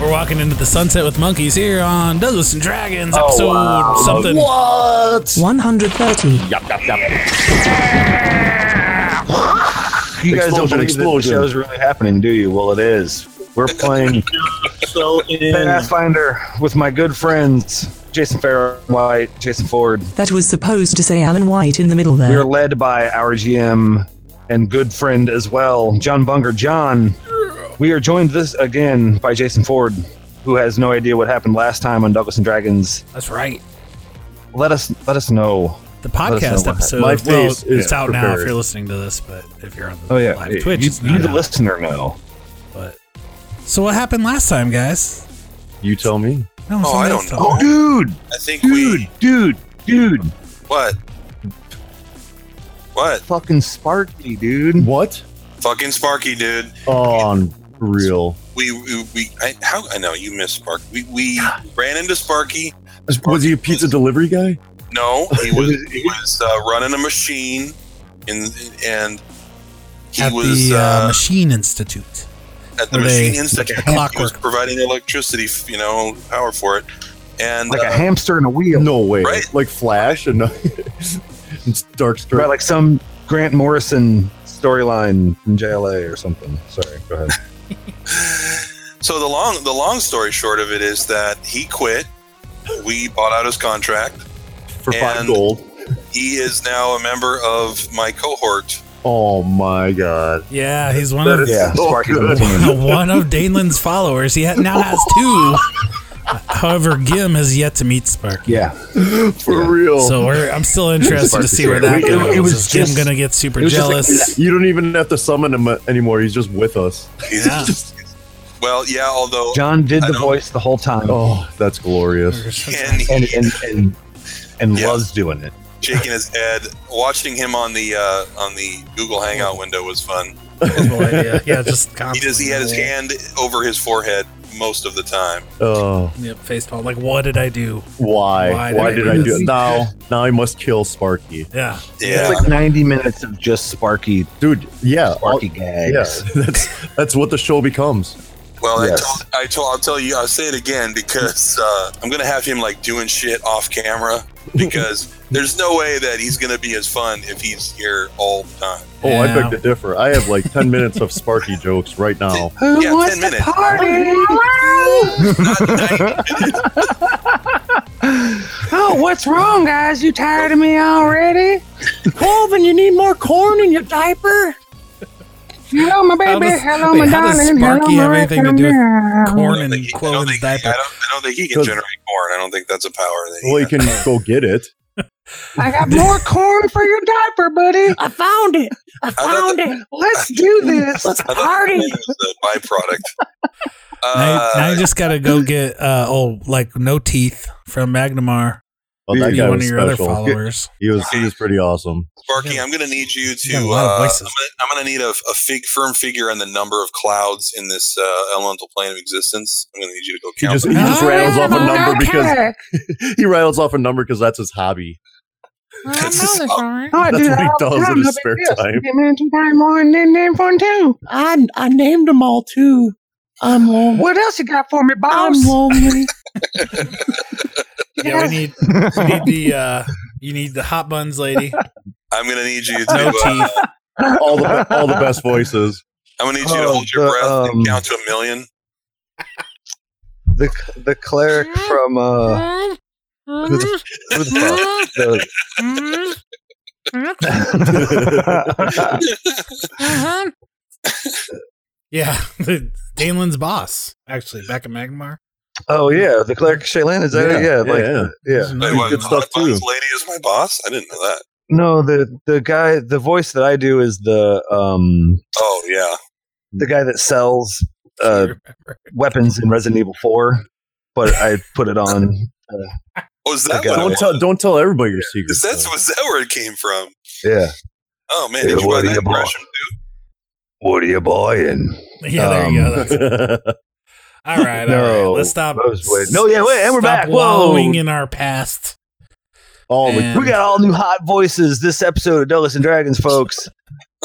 We're walking into the sunset with monkeys here on Douglas and Dragons episode something. Oh, What? 130. You guys don't Explosion, believe that the explosion. show's really happening, do you? Well, it is. We're playing So in Pathfinder with my good friends Jason Farrow White, Jason Ford. That was supposed to say Alan White in the middle We are there. led by our GM and good friend as well, John Bunger. John, we are joined this again by Jason Ford, who has no idea what happened last time on Douglas and Dragons. That's right. Let us let us know. The us know podcast what- episode. my well, face is it's out now if prepared. you're listening to this, but if you're on the Oh yeah, live Twitch, you, it's you not the out, listener know. But so what happened last time, guys? You tell me. No, Oh, somebody I don't else know. told Oh, me. dude, I think dude, we dude, dude, what? What? fucking Sparky, dude. What? Fucking Sparky, dude. Unreal. We we, we I, how I know you missed Sparky. We we ran into Sparky. Was he a pizza delivery guy? No, he was he was uh, running a machine, in and he at was the uh, uh, Machine Institute. at the where they- machine institute. like a he was clockwork. providing electricity, you know, power for it, and Like uh, a hamster in a wheel. No way. Right. Like Flash and it's Dark Right, Strike. like some Grant Morrison storyline from JLA or something. Sorry, go ahead. So the long the long story short of it is that he quit. We bought out his contract. for five and- gold. He is now a member of my cohort. Oh my god. Yeah, he's one of Yeah, so Sparky's on the good. team. one of Danelin's followers. He ha- now has two. However, Gim has yet to meet Sparky. Yeah, For Yeah. real. So we're, I'm still interested to Sparky's see where here. that We- it- goes. it was Is Gim just- gonna get super it was just jealous? you don't even have to summon him anymore. He's just with us. He's Yeah. just- well, yeah. Although John did I the don't- voice the whole time, Oh, that's glorious. and he- and and and, and Yeah. loves doing it. shaking his head, watching him on the uh, on the Google Hangout window was fun. Boy, yeah, yeah, just He does. He had his constantly. hand over his forehead most of the time. Oh, Yep, face palm. Like, what did I do? why? Why Why, did I did I do do this? it? Now, now I must kill Sparky, Yeah, Yeah, It's like ninety minutes of just Sparky dude. Yeah, I'll- Sparky yeah. gags. That's that's what the show becomes. Well, Yes. I told, I told, I'll tell you, I'll say it again because uh, I'm gonna have him like doing shit off camera because there's no way that he's gonna be as fun if he's here all the time. Oh, I Yeah. beg to differ. I have like ten minutes of Sparky jokes right now. Who yeah, ten minutes. Oh, what's wrong, guys? You tired of me already? Colvin, you need more corn in your diaper. Hello, my How baby. does- Hello, wait, my how does darling. Sparky Hello, have my anything to rockin' do with Corn man. I don't and think he- I don't Quillen's think- I diaper. don't- I don't think he can Does- generate corn. I don't think that's a power that he Well, you has. can go get it. I got more corn for your diaper, buddy. I found it. I found it. Let's do this. I thought Party. corn was a byproduct. Now, Uh, now you just gotta go get uh, oh, like no teeth from Magnamar. Oh, that Be guy one was of your other special. followers. He was he was pretty awesome. Sparky, I'm gonna need you to. You got a Uh, lot of I'm, voices. gonna, I'm gonna need a, a fig firm figure on the number of clouds in this uh, elemental plane of existence. I'm gonna need you to go He count. just he them. just Oh, rattles off a number because Okay. he rattles off a number because that's his hobby. That's his- Oh, I That's do what that he all does the in time. his No big spare deal. time. Get me some time more and then name for two. I, I named them all too. I'm lonely. What else you got for me, boss? lonely. Yeah, we need, we need the uh, you need the hot buns lady. I'm gonna need you to. No Uh, teeth. All the be- all the best voices. I'm gonna need you to Oh, hold your the, breath um, and count to a million. The the cleric from uh, who the, who the fuck? The- Yeah, Danelin's boss actually back at Magnamar. oh yeah, the clerk Shaylan is that it? Yeah, yeah, like yeah. yeah. There's Wait, another Good what, boss. stuff, Hot Buns too. Lady is my boss. I didn't know that. No, the the guy, the voice that I do is the um Oh yeah. the guy that sells uh, weapons in Resident Evil Four, but I put it on. Oh, is that Okay. what it Don't was? tell, don't tell everybody your Is secrets. that though. was that where it came from? Yeah. Oh man, Yeah, did you what buy do that you bought? impression too? What are you buying? Yeah, there you Um, go. That's, all right, all No, right. Let's stop. that was way- No, yeah, wait, and we're stop back. Whoa. Oh, Wallowing in our past. all the And- We got all new hot voices this episode of Douglas and Dragons, folks.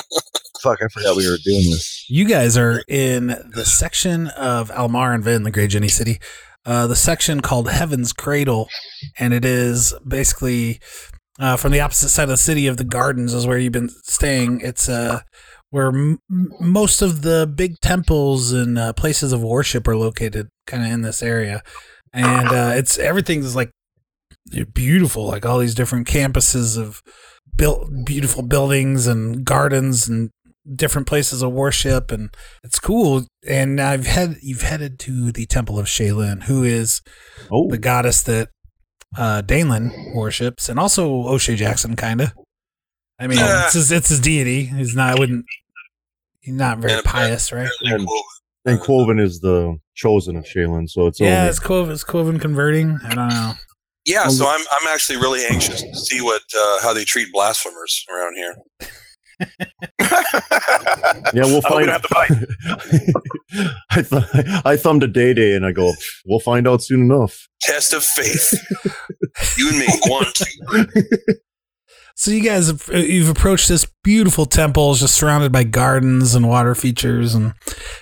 Fuck, I forgot we were doing this. You guys are in the section of Almar and Vin, the Great Jenny City, uh, the section called Heaven's Cradle, and it is basically uh, from the opposite side of the city of the gardens is where you've been staying. It's uh, where m- m- most of the big temples and uh, places of worship are located, kind of in this area, and uh, it's everything's like beautiful, like all these different campuses of built beautiful buildings and gardens and different places of worship and it's cool and i've head you've headed to the temple of shaylin who is oh, the goddess that uh danelin worships and also o'shea jackson kind of i mean Yeah. it's his it's his deity he's not i wouldn't he's not very Yeah, but- pious right Really And- cool. and Cloven is the chosen of Shaylin, so it's yeah yeah, is Quoven, is Quoven converting i don't know Yeah, so I'm I'm actually really anxious to see what uh, how they treat blasphemers around here. yeah. We'll I'm find. gonna have to buy. I, th- I thumbed a day day, and I go, we'll find out soon enough. Test of faith. you and me, one, two, So you guys, have- uh, you've approached this beautiful temple, it's just surrounded by gardens and water features, and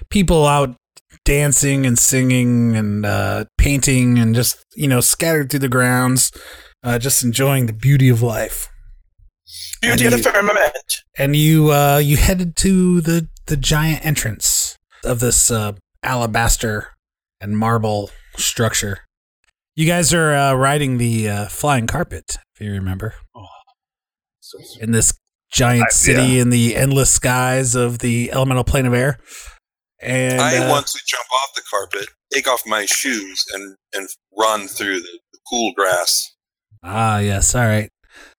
people out dancing and singing and uh, painting, and just you know scattered through the grounds, uh, just enjoying the beauty of life. Beauty of the firmament. And you uh, you headed to the the giant entrance of this uh, alabaster and marble structure. You guys are uh, riding the uh, flying carpet, if you remember in this giant city in the endless skies of the elemental plane of air. And I uh, want to jump off the carpet, take off my shoes, and and run through the, the cool grass. ah, yes, all right.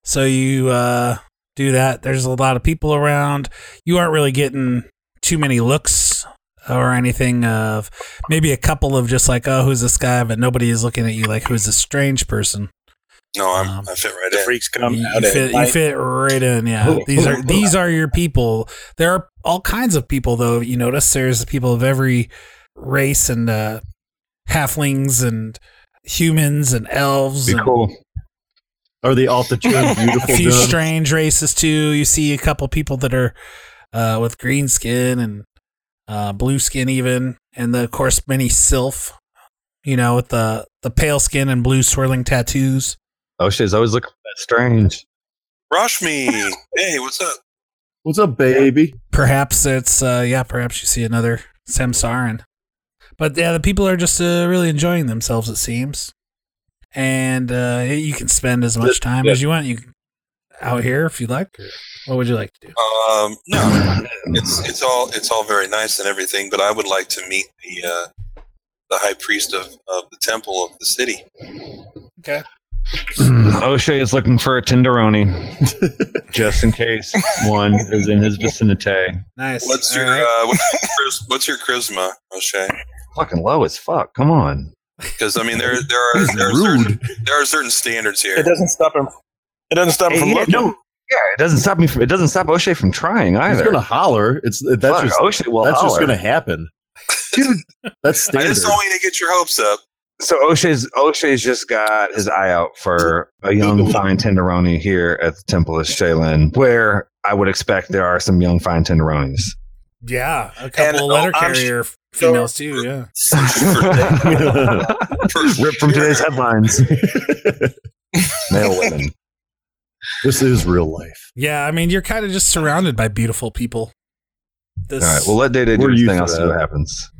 So you uh, do that. There's a lot of people around. You aren't really getting too many looks or anything of maybe a couple of just like, oh, who's this guy? But nobody is looking at you like who's this strange person. No, I'm Um, I fit right The in. freaks come you, out you at fit, you night. fit right in yeah these are these are your people there are all kinds of people though you notice there's people of every race and uh halflings and humans and elves Be and cool. Are they off the chain? Beautiful. a few Dylan? strange races too you see a couple people that are uh with green skin and uh blue skin even and the, of course many sylph you know with the the pale skin and blue swirling tattoos O'Shea's always Oh, looking for that strange. Rashmi, hey, what's up? What's up, baby? Perhaps it's uh yeah, perhaps you see another Samsarin. But yeah, the people are just uh, really enjoying themselves it seems. And uh you can spend as much time as you want. You can- out here if you like. or What would you like to do? Um, no, it's it's all it's all very nice and everything, but I would like to meet the uh, the high priest of, of the temple of the city. O'Shea is looking for a tenderoni, just in case one is in his vicinity. Nice. What's your Alright. uh, what's your chris- what's your charisma, O'Shea? Fucking low as fuck. Come on. Because I mean, there there are there are, certain, there are certain standards here. It doesn't stop him. It doesn't stop him Hey, from yeah, looking. no, yeah, it doesn't stop me from. It doesn't stop O'Shea from trying He's either. gonna holler. It's that's Fuck, just O'Shea will that's just holler. gonna happen. Dude, that's I standard. just don't want you to get your hopes up. So O'Shea's O'Shea's just got his eye out for a young fine tenderoni here at the Temple of Shaylin, where I would expect there are some young fine tenderonis. Yeah, a couple And, letter oh, I'm carrier females too, yeah. Ripped from today's headlines. Male women. this is real life. Yeah, I mean you're kind of just surrounded by beautiful people. This All right, well let Day Day do We're his used thing. to I'll see that. what happens.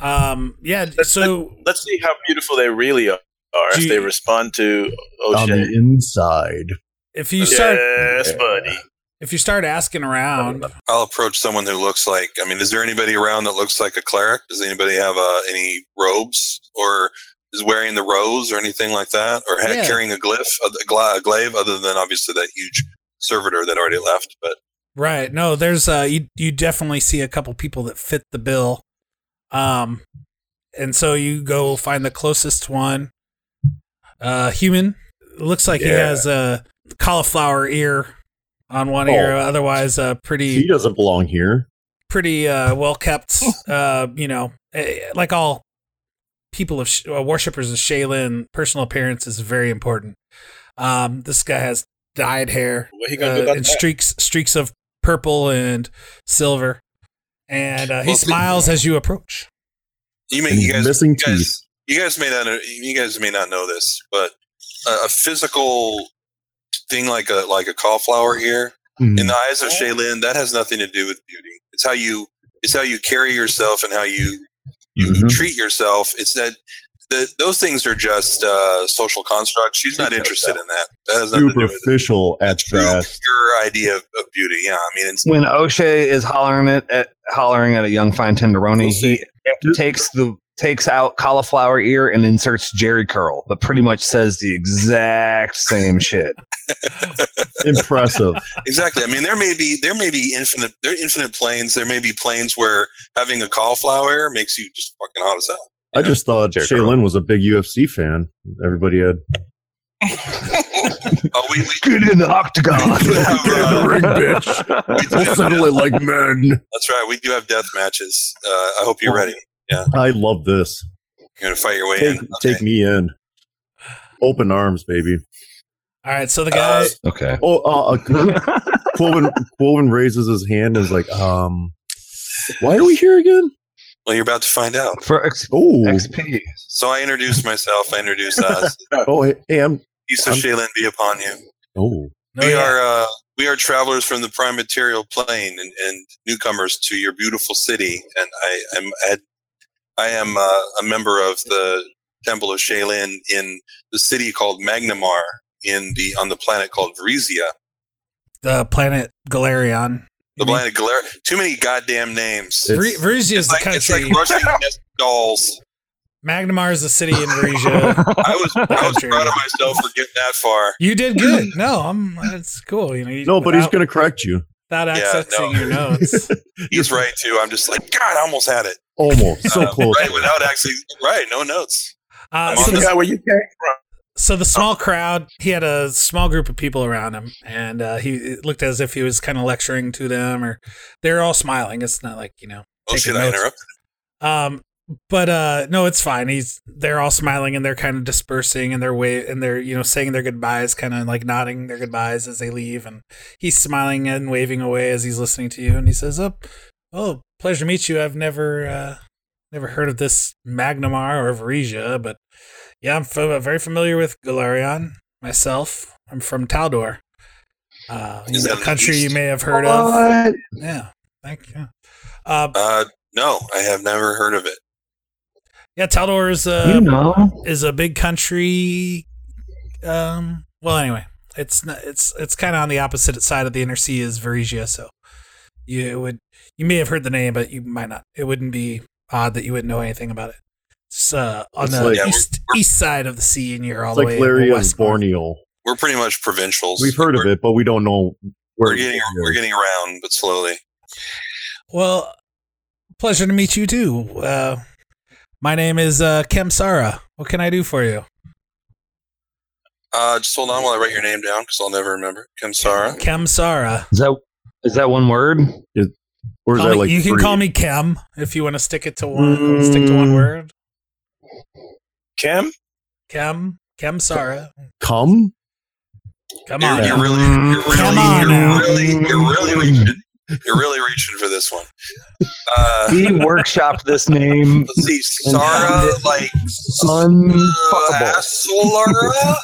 um yeah, Let's- so Let's see how beautiful they really are. Do If you- they respond to Um, On Oh, O'Shea. the inside, if you start yes, buddy. if you start asking around I'll approach someone who looks like. I mean, is there anybody around that looks like a cleric? Does anybody have uh, any robes or is wearing the rose or anything like that, or ha Yeah. carrying a glyph, a, gla- a glaive, other than obviously that huge servitor that already left, but Right. No, there's uh you you definitely see a couple people that fit the bill. Um and so you go find the closest one. Uh human. Looks like he Yeah. has a cauliflower ear on one Oh. ear, otherwise uh pretty He doesn't belong here. pretty uh, well kept. Uh, you know, eh, like all people of Sh- uh, worshippers of Shaylin, personal appearance is very important. Um, this guy has dyed hair uh, What he gonna do about and that? streaks streaks of purple and silver, and uh, he Well, see- smiles as you approach. you may And you he's guys missing you teeth. guys, you guys may not know, you guys may not know this, but a, a physical thing like a like a cauliflower ear Hmm. in the eyes of Shaylin, that has nothing to do with beauty. It's how you it's how you carry yourself and how you you Mhm. treat yourself. It's that the, those things are just uh, social constructs. She's not interested in that. That has nothing to do with it. Superficial at True, best. pure idea of, of beauty. Yeah, I mean, it's When O'Shea is hollering it at hollering at a young fine tenderoni, he takes the takes out cauliflower ear and inserts Jerry curl, but pretty much says the exact same shit. Impressive. Exactly. I mean, there may be there may be infinite there are infinite planes. There may be planes where having a cauliflower makes you just fucking hot as hell. I just thought Jerk Shaylin was a big UFC fan. Everybody had Oh, we, we Get in the octagon. Get in the ring, bitch. we do have death- it like men. that's right. We do have death matches. Uh, I hope you're ready. I love this. You're gonna fight your way Take in. take me in. Open arms, baby. All right, so the Uh, guy, okay. Oh, uh, uh, Quoven, Quoven raises his hand and is like, um, why are we here again? Well, you're about to find out. For X- Oh, XP. So I introduced myself. I introduced us. oh, hey, hey, I'm, Peace of I'm- Shaylin be upon you. oh, no, we yeah. are uh, we are travelers from the prime material plane and, and newcomers to your beautiful city. And I am I am uh, a member of the Temple of Shaylin in the city called Magnamar in the on the planet called Verizia. the planet Galarion. The planet Galar. Too many goddamn names. It's- Ver- Verizia is It's Mm-hmm. the like, it's country. like Russian nest dolls. Magnamar is the city in Verizia. I was I was Country. proud of myself for getting that far. You did good. No, I'm. It's cool. You know. you- no, but he's without- going to correct you. without Yeah, accessing no. your notes. He's right too. I'm just like God. I almost had it. Almost. So Uh, close. Right without actually. Right. No notes. Uh, I'm so, on the the, guy where you came from. so the small crowd, he had a small group of people around him, and uh, he it looked as if he was kind of lecturing to them, or they're all smiling. It's not like you know. Oh taking shit! I notes. interrupted. Um, but uh, no, it's fine. He's they're all smiling and they're kind of dispersing and they're way and they're you know saying their goodbyes, kind of like nodding their goodbyes as they leave, and he's smiling and waving away as he's listening to you, and he says, "Oh, oh, pleasure to meet you. I've never uh, never heard of this Magnamar or Varesia, but yeah, I'm fa- very familiar with Galarion myself. I'm from Taldor." Uh, Is a that in the country you east? may have heard of. What? Yeah, thank you. Uh, Uh, no, I have never heard of it. yeah, Taldor is uh, you know. is a big country. Um. Well, anyway, it's not, it's it's kind of on the opposite side of the inner sea is Varesia, so you it would you may have heard the name, but you might not. It wouldn't be odd that you wouldn't know anything about it. It's uh, on It's the like- Yeah, east east side of the sea, and you're all It's the like way Larry is west. Borneo. We're pretty much provincials. We've heard of We're- it, but we don't know where We're getting it is. we're getting around, but slowly. Well, pleasure to meet you too. Uh, my name is uh, Kemsara. What can I do for you? Uh, just hold on while I write your name down because I'll never remember. Kamsara. Kemsara. Is that is that one word? or is Call that me- like you can three? call me Kem if you want to stick it to one stick to one Mm. word. Kim? Kem, Kem Sara. Come? Come You're, on. Oh, you're really, you're really, Come on you're now. really, you're really reaching. You're really reaching for this one. Uh, He workshopped this name. let's see, Sara like Unfuckable. Asolara.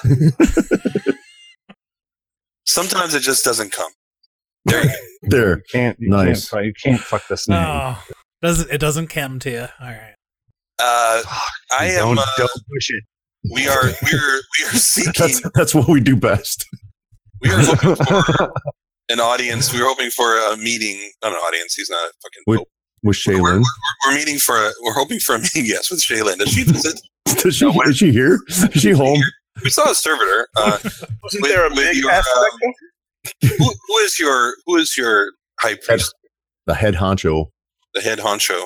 Sometimes it just doesn't come. There you go. There. Can't, you Nice. Can't, you can't fuck this name. Oh, doesn't it doesn't cam to you? All right. Uh, I am. Don't, Uh, don't push it. we are. We are. We are seeking. That's, that's what we do best. We are hoping for an audience. We were hoping for a meeting. Not an audience. He's not a fucking With- pope. With Shaylin. We're meeting for a. We're hoping for a meeting. Yes, with Shaylin. Does she visit? Is she, No, where- is she here? Is she home? We saw a servitor. Uh, Wasn't With- there a with big your, ass um, collector? who, who is your who is your high priest? The head honcho. The head honcho.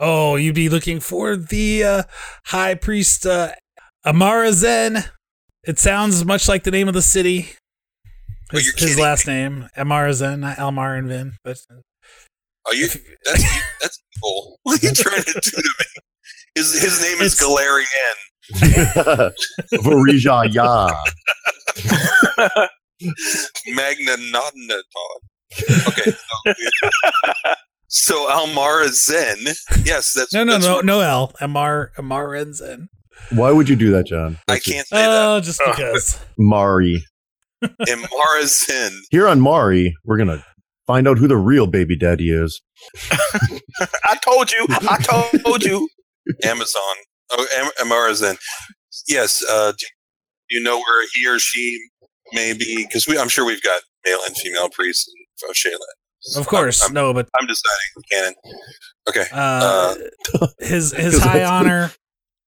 Oh, you'd be looking for the uh, high priest uh, Amara Zen. It sounds much like the name of the city. Oh, His, you're his kidding last name, Amara Zen, not Elmar and Vin. But Are you? That's that's evil. What are you trying to do to me? His his name is Galarian. Varija Ya. Magna Nodnatod. Okay. so Almara Zen. Yes, that's no, no, that's no, what- no L. Amar, Amar Zen. Why would you do that, John? I can't say Oh, just because. Mari. Uh. that. Amara Zen. Here on Mari, we're going to find out who the real baby daddy is. I told you. I told you. Amazon. Oh, Am- Amara Zen. Yes. Uh, do you know where he or she may be? Because I'm sure we've got male and female priests and Shayla. Of course, I'm, no, but I'm deciding canon. Okay. uh, his his high honor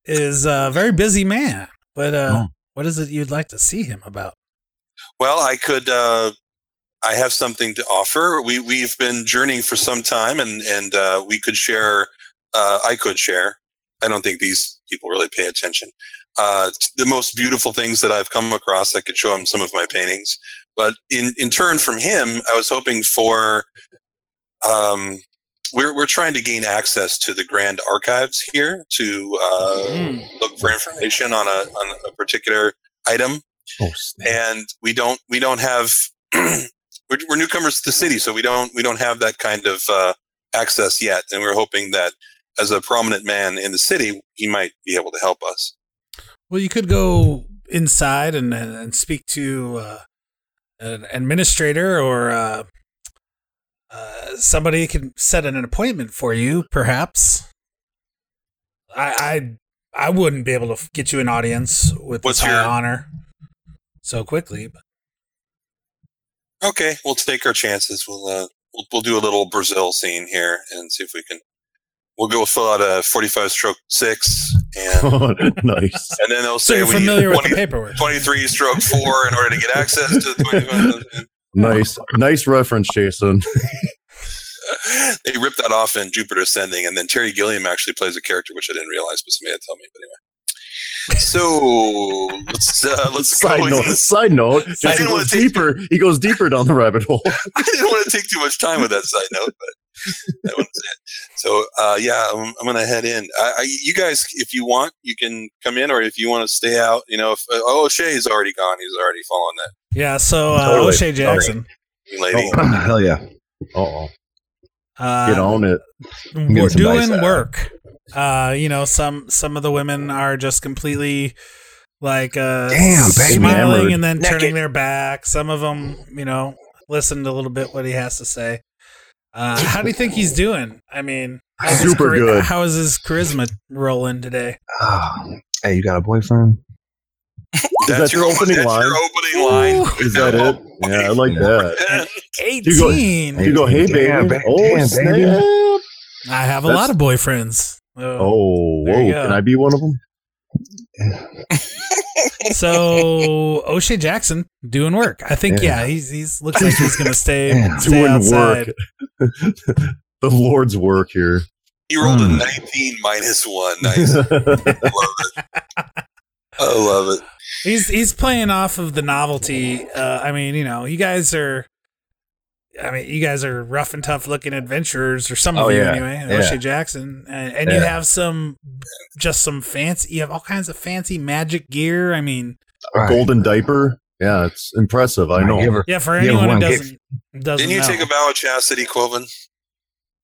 is a very busy man. But uh, Oh. what is it you'd like to see him about? Well, I could. Uh, I have something to offer. We we've been journeying for some time, and and uh, we could share. Uh, I could share. I don't think these people really pay attention. Uh, t- the most beautiful things that I've come across, I could show him some of my paintings. But in in turn from him, I was hoping for. Um, we're we're trying to gain access to the grand archives here to uh, look for information on a on a particular item Oh, and we don't we don't have we're, we're newcomers to the city so we don't we don't have that kind of uh, access yet and we're hoping that as a prominent man in the city he might be able to help us Well, you could go inside and and, and speak to uh, an administrator or uh, uh, somebody can set an appointment for you, perhaps. I I, I wouldn't be able to f- get you an audience with What's this high your- honor so quickly. But okay we'll take our chances we'll uh, we'll, we'll do a little brazil scene here and see if we can we'll go fill out a 45 stroke 6 and Oh, nice. and then they'll so say you're we familiar need with 20 the paperwork. 23 stroke 4 in order to get access to the 25 Nice. Nice reference, Jason. they ripped that off in Jupiter Ascending, and then Terry Gilliam actually plays a character which I didn't realize, but somebody had told me. But anyway, so let's uh, let's go. Side in note. this- Side note. I Jason didn't want goes to take, deeper. He goes deeper down the rabbit hole. I didn't want to take too much time with that side note, but that was it. So uh, yeah, I'm, I'm gonna head in. I, I, you guys, if you want, you can come in, or if you want to stay out, you know. If uh, oh, O'Shea's already gone, he's already following that Yeah, so uh, Totally. O'Shea Jackson. lady. Hell yeah. Oh, Uh, get on it. getting we're some dice doing out. work. Uh, you know, some some of the women are just completely like uh, Damn, baby. smiling Enamored. and then turning Naked. their back. Some of them, you know, listened a little bit what he has to say. Uh, how do you think he's doing? I mean, how's his Super chari- good. How is his charisma rolling today? Oh, hey, you got a boyfriend? Is that your opening that's line? Your opening line. Is that it? Yeah, I like that. You go- Eighteen. You go, hey, baby. Damn, ba- oh, damn, snap. baby. I have a That's- lot of boyfriends. Oh. Oh, There whoa. you go. Can I be one of them? So O'Shea Jackson doing work. I think yeah, he's he's looks like he's gonna stay, Yeah. stay Doing outside. work. the Lord's work here. He rolled a Hmm. 19 minus one. Nice. I love it. I love it. He's he's playing off of the novelty. Uh, I mean, you know, you guys are. I mean, you guys are rough and tough looking adventurers, or some of Oh, you yeah. anyway. Yeah. O'Shea Jackson, and, and you Yeah. have some, just some fancy. You have all kinds of fancy magic gear. I mean, Right. Golden diaper. Yeah, it's impressive. I Might know. give her- yeah, for You have anyone who one kick. doesn't doesn't Didn't you know. take a vow of chastity, Quoven?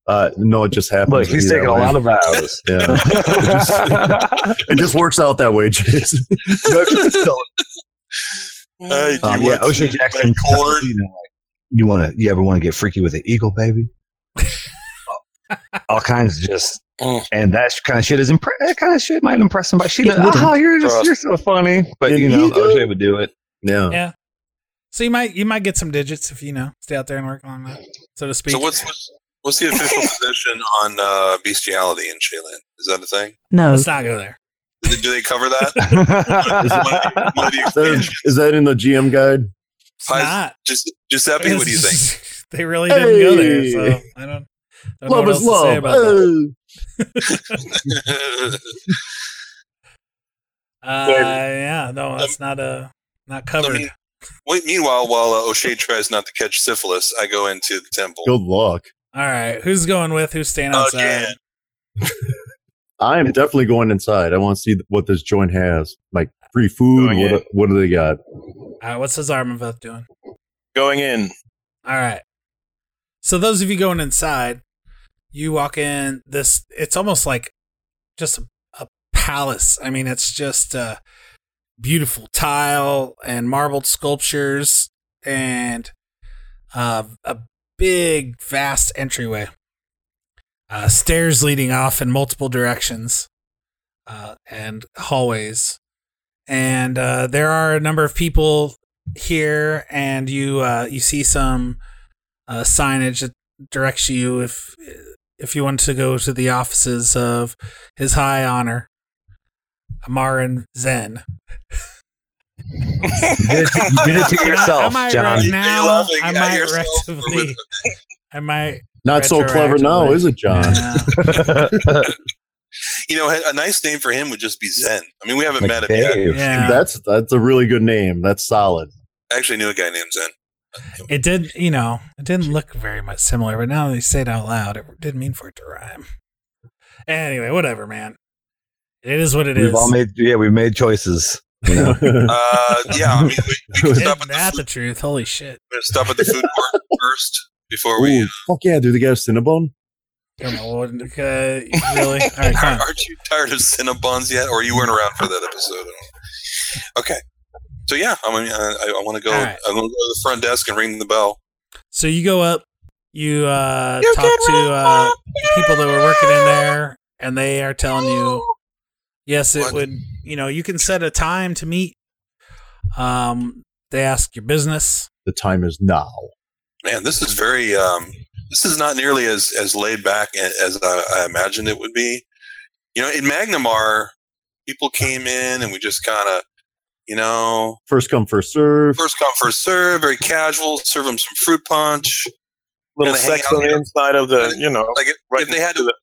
Uh, no, it just happens. Look, to he's be taking that a way. lot of vows. Yeah, um, it just works out that way, Jason. Hey, do Um, Uh, you yeah, want O'Shea some Jackson. black cord? You, know, like, you want to? You ever want to get freaky with an eagle, baby? All kinds of just, Mm. and that kind of shit is impre- that kind of shit might impress somebody. She, It would. oh, you're just, Trust. you're so funny, but An you know, eagle? O'Shea would do it. yeah. Yeah. So you might you might get some digits if you know stay out there and work on that, so to speak. So what's, what's what's the official position on uh, bestiality in Shaylin? Is that a thing? No. Let's not go there. Do they, do they cover that? One of the- one of the Is that, expansions. is that in the GM guide? Pies- not. Gius- Giuseppe, what do you think? they really didn't go there, so Hey. I don't. I don't know Love what is else to love. say about that. Oh. Uh, Well, yeah, no, that's not uh, not covered. mean- Wait, meanwhile, while uh, O'Shea tries not to catch syphilis, I go into the temple. Good luck. All right, who's going with? Who's staying Oh, outside? yeah. I am definitely going inside. I want to see what this joint has. Like free food. Going in. What, what do they got? All right, what's Hazarmaveth doing? Going in. All right. So those of you going inside, you walk in this it's almost like just a, a palace. I mean, it's just uh beautiful tile and marbled sculptures and uh, a big vast entryway. Uh, stairs leading off in multiple directions uh, and hallways. And uh, there are a number of people here and you uh, you see some uh, signage that directs you if if you want to go to the offices of His High Honor Amaran Zen. You did it, you did it to Oh, yourself, am I John. Right You're now, laughing I at might yourself or retroactively. I might. Not so clever now, retroactively- is it, John? Yeah. You know, a nice name for him would just be Zen. I mean, we haven't met Like him yet. Dave. Yeah. That's that's a really good name. That's solid. I actually knew a guy named Zen. It did, you know, it didn't look very much similar, but now that you say it out loud, it didn't mean for it to rhyme. Anyway, whatever, man. It is what it is. We've all made yeah, we've made choices. Uh, yeah, I mean, we, we can Isn't stop at, the that food, the truth? Holy shit. we're gonna stop at the food court first before we. Ooh, fuck yeah, dude! They got a Cinnabon. Come on, Lord. Okay, really? All right, Aren't, fine. aren't you tired of Cinnabons yet? Or you weren't around for that episode? I don't know. Okay. So yeah, I mean, I, I want to go. All right. I'm going to go to the front desk and ring the bell. So you go up, you uh, talk to uh, people that were working in there, and they are telling you, yes, it What? would. You know, you can set a time to meet. Um, they ask your business. The time is now. Man, this is very. Um, this is not nearly as as laid back a- as I, I imagined it would be. You know, in Magnamar, people came in and we just kind of, you know, First come, first serve. first come first serve, very casual. Serve them some fruit punch. Little Gonna hang sex on out the here. inside of the, you know. Like if, Right if they had to,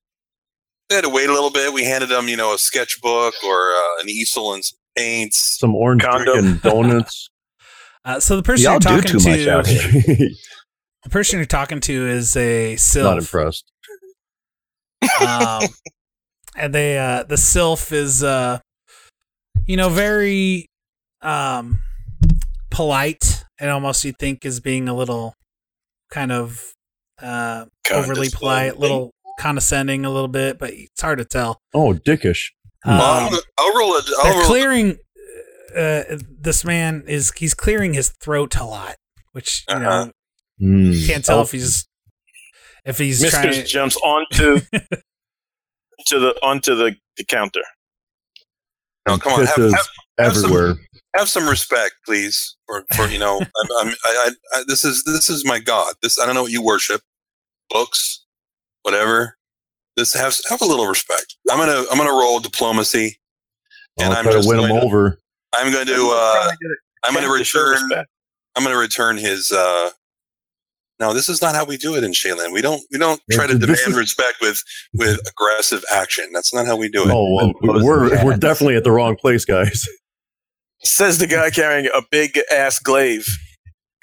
they had to wait a little bit. We handed them, you know, a sketchbook or uh, an easel and some paints. Some orange Condom. and donuts. Uh, so the person Y'all you're do talking too to, much out here. the person you're talking to is a Not sylph. impressed. um, and they uh the sylph is uh you know very um polite and almost you think is being a little kind of uh overly polite little condescending a little bit but it's hard to tell Oh, dickish. Well, Um, I'll, I'll roll a. I'll they're roll a- clearing uh this man is he's clearing his throat a lot which you know Uh-huh. Mm. you can't tell if he's if he's trying Mistress jumps onto to the onto the, the counter. no, come on, have, Kisses have, have some- everywhere. have some respect, please. For, for you know, I'm, I'm, I, I, I, this is this is my god. This I don't know what you worship, books, whatever. This have have a little respect. I'm gonna I'm gonna roll diplomacy. I'll and I'm try to just win them going to- over. I'm going to uh, I'm going to Counter show return respect. I'm going to return his. uh No, this is not how we do it in Shaylin. We don't we don't Yeah, try to th- this demand is- respect with with aggressive action. That's not how we do it. Oh, well, Those we're we're cats. definitely at the wrong place, guys. Says the guy carrying a big ass glaive.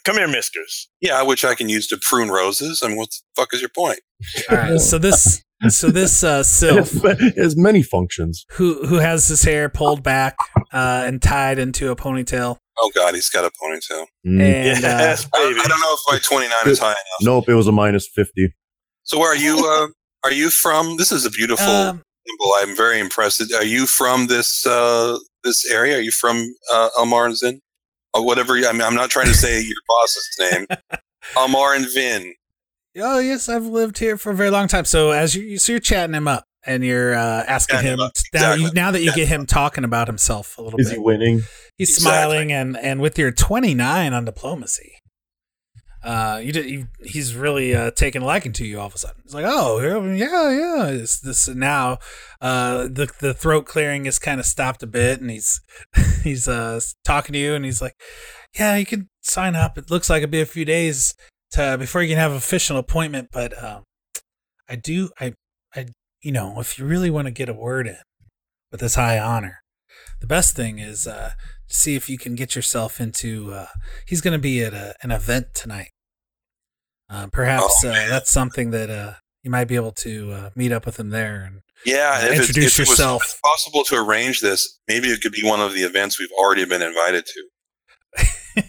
Come here, mistress. Yeah, which I can use to prune roses. I mean, what the fuck is your point? all right so this so this uh It sylph has, it has many functions. who who has his hair pulled back uh, and tied into a ponytail. Oh God, he's got a ponytail. Mm. And uh, yes, I, baby. I don't know if my 29 is high enough. Nope, it was a minus fifty. So, where are you? Uh, are you from? This is a beautiful um, temple. I'm very impressed. Are you from this uh, this area? Are you from uh, Almarinzin? Or whatever. you- I mean, I'm not trying to say your boss's name. Almar and Vin. oh yes, I've lived here for a very long time. So as you you- so you're chatting him up and you're uh, asking Chatting him him up, now, you, exactly. now that you get him talking about himself a little Is bit. he winning? He's Exactly. smiling and and with your 29 on diplomacy. Uh, you did. You, he's really uh, taken a liking to you all of a sudden. He's like, "Oh, yeah, yeah, yeah." It's this now. Uh, the the throat clearing is kind of stopped a bit, and he's he's uh talking to you, and he's like, "Yeah, you could sign up. It looks like it'll be a few days to, before you can have an official appointment, but um, I do, I, I, you know, if you really want to get a word in with this high honor, the best thing is uh, to see if you can get yourself into. Uh, he's going to be at a, an event tonight. Uh, perhaps Oh, uh, that's something that uh, you might be able to uh, meet up with him there and Yeah, Uh, if it- introduce if it was yourself. possible to arrange this, maybe it could be one of the events we've already been invited to.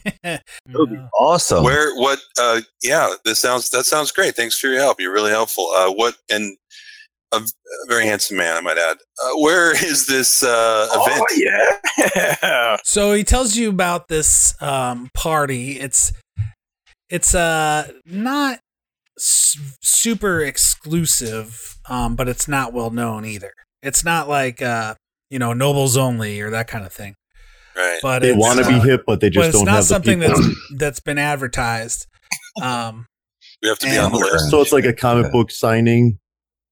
That would be awesome. Where? What? Uh, yeah, this sounds that sounds great. Thanks for your help. You're really helpful. Uh, what? And a, v- a very handsome man, I might add. Uh, where is this uh, Oh, event? yeah. So he tells you about this um, party. It's it's uh not s- super exclusive, um, but it's not well known either. It's not like uh, you know nobles only or that kind of thing. Right. But They it's, want to uh, be hip, but they but just it's don't not have the something people. that's that's been advertised. Um, We have to be on the list. so it's like a comic book signing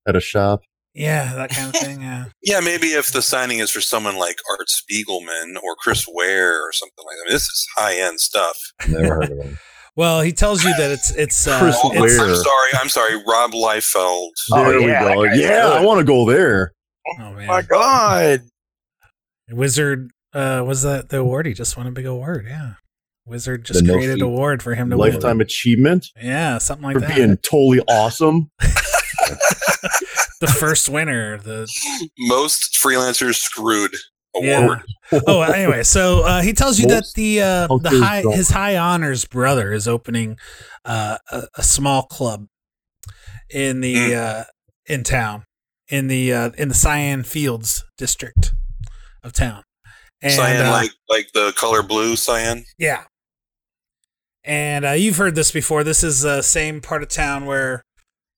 at a shop. yeah, that kind of thing. Yeah. Yeah, maybe if the signing is for someone like Art Spiegelman or Chris Ware or something like that. I mean, this is high end stuff. Never heard of him. Well, he tells you that it's it's uh, Chris it's- Ware. I'm sorry. I'm sorry. Rob Liefeld. Oh, There yeah, we go. that guy's Yeah, good. I want to go there. oh My man, God. wizard uh, was that the award? He just won a big award. Yeah, wizard The just no created fee- award for him to win. Lifetime achievement Yeah, something like for that. being totally awesome. the first winner. The Most freelancers screwed yeah. award. Oh, anyway, so uh, he tells you that Most the uh, the cultures high don't. his high honors brother is opening uh, a, a small club in the Mm. uh, in town in the uh, in the Cyan Fields district of town. cyan, uh, like like the color blue cyan. Yeah. And uh, you've heard this before. This is the same part of town where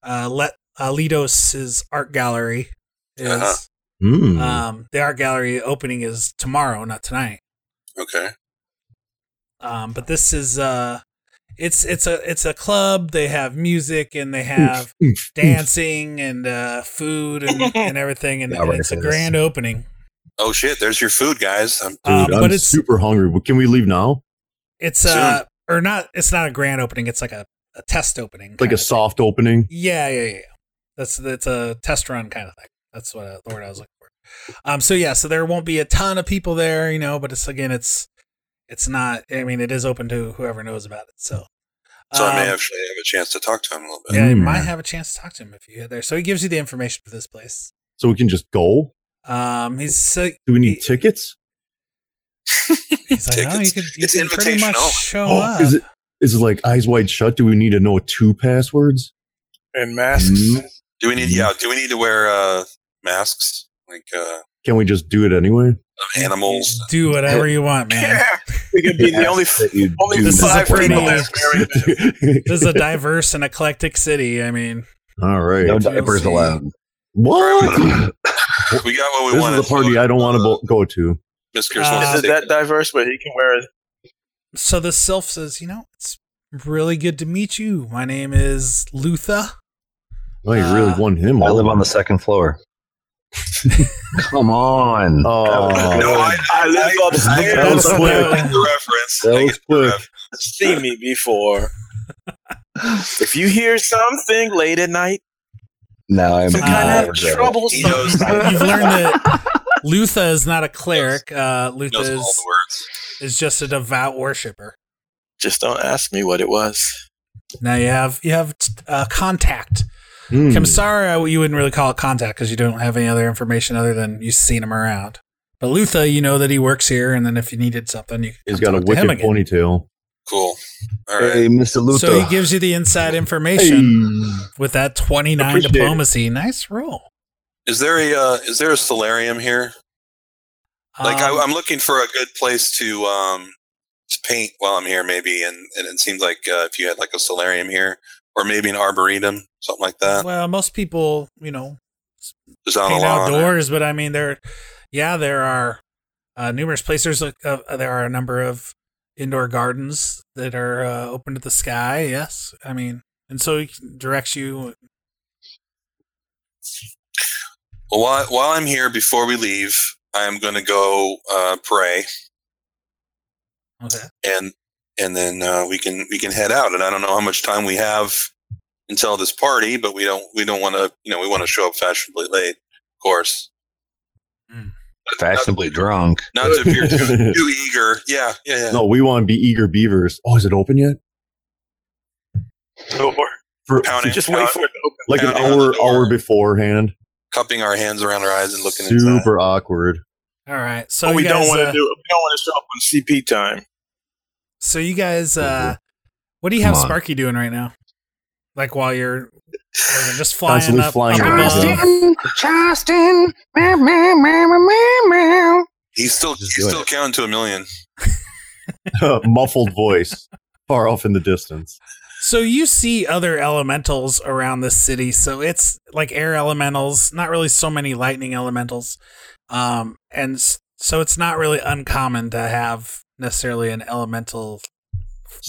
uh, Let uh, Lidos's art gallery is. Uh-huh. Mm. Um, the art gallery opening is tomorrow, not tonight. Okay. Um, but this is uh, it's it's a it's a club. They have music and they have Oof, dancing and uh, food and, and everything, and, Yeah, I'm ready it's a for this. grand opening. Oh shit! There's your food, guys. I'm Dude, Um, I'm but it's super hungry. Well, Can we leave now? it's uh or not it's not a grand opening. It's like a, a test opening, Like kind a of thing. soft opening. Yeah, yeah, yeah. yeah. That's that's a test run kind of thing. That's what uh, the word I was looking for. Um, so yeah, so there won't be a ton of people there, you know, but it's again, it's it's not. I mean, it is open to whoever knows about it. So, so I may um, actually have a chance to talk to him a little bit. yeah, you Hmm. might have a chance to talk to him if you get there. So he gives you the information for this place. So we can just go. Um, he's so Do we need He- tickets? he's like, oh, you Tickets. could you It's can pretty much invitational. show up. Oh, is it is it like eyes wide shut? Do we need to know two passwords? And masks. Mm. Do we need? Yeah. Do we need to wear uh, masks like uh, Can we just do it anyway? of animals? Do whatever you want, man. Yeah. We could be the only, That you only do This is a five pretty- people that's wearing masks. This is a diverse and eclectic city. I mean, All right. No diapers see. allowed. What? We got what we this wanted. uh, is the party I don't want to bo- go to. Miss Uh, Kirsten, Is it that diverse? But he can wear it. so the sylph says, you know, it's really good to meet you. My name is Lutha. Oh, you really Uh, won him. I up. live on the second floor. Come on. Oh, No, I, I live upstairs. That was I quick. get the reference. That I was get the quick. ref- See me before. If you hear something late at night, No, I'm some kind never of there. trouble. He knows, he You've learned that Lutha is not a cleric. Uh, Lutha knows all is, the words. is just a devout worshiper. Just don't ask me what it was. Now you have you have uh, contact. Hmm. Kamsara, you wouldn't really call it contact because you don't have any other information other than you've seen him around. But Lutha, you know that he works here, and then if you needed something, you He's could got a talk to him wicked again. ponytail. Cool. All right. Hey, Mr. Luther. So he gives you the inside Hey. information with that twenty nine Appreciate it. diplomacy. Nice roll. Is there a uh, is there a solarium here? Like Um, I, I'm looking for a good place to um to paint while I'm here, maybe. And, and it seems like uh, if you had like a solarium here, or maybe an arboretum, something like that. Um, well, most people, you know, Just on the paint lawn. outdoors, but I mean, there, yeah, there are uh, numerous places. Like, uh, uh, there are a number of indoor gardens that are uh, open to the sky. Yes, I mean, and so he directs you. Well, while, while I'm here, before we leave, I am going to go uh, pray Okay. and and then uh, we can we can head out. And I don't know how much time we have until this party, but we don't we don't want to you know we want to show up fashionably late, of course. Fashionably drunk. Not if you're too, too eager. Yeah, yeah, yeah. No, we want to be eager beavers. Oh, is it open yet? Or For, pounding, Just wait for it to open. like an pounding on hour, the door, hour beforehand. cupping our hands around our eyes and looking inside. Super awkward. All right. So But we you don't guys, want to uh, do. We don't want to show up on CP time. So you guys, uh, what do you have Come on. Sparky doing right now? Like while you're like, just flying Constantly up, flying up around. above. Constant- Charleston, Charleston, meow, meow, meow, meow, meow, meow. He's still Just he's doing still counting to a million. Muffled voice, far off in the distance. So you see other elementals around this city. So it's like air elementals, not really so many lightning elementals. Um, and s- so it's not really uncommon to have necessarily an elemental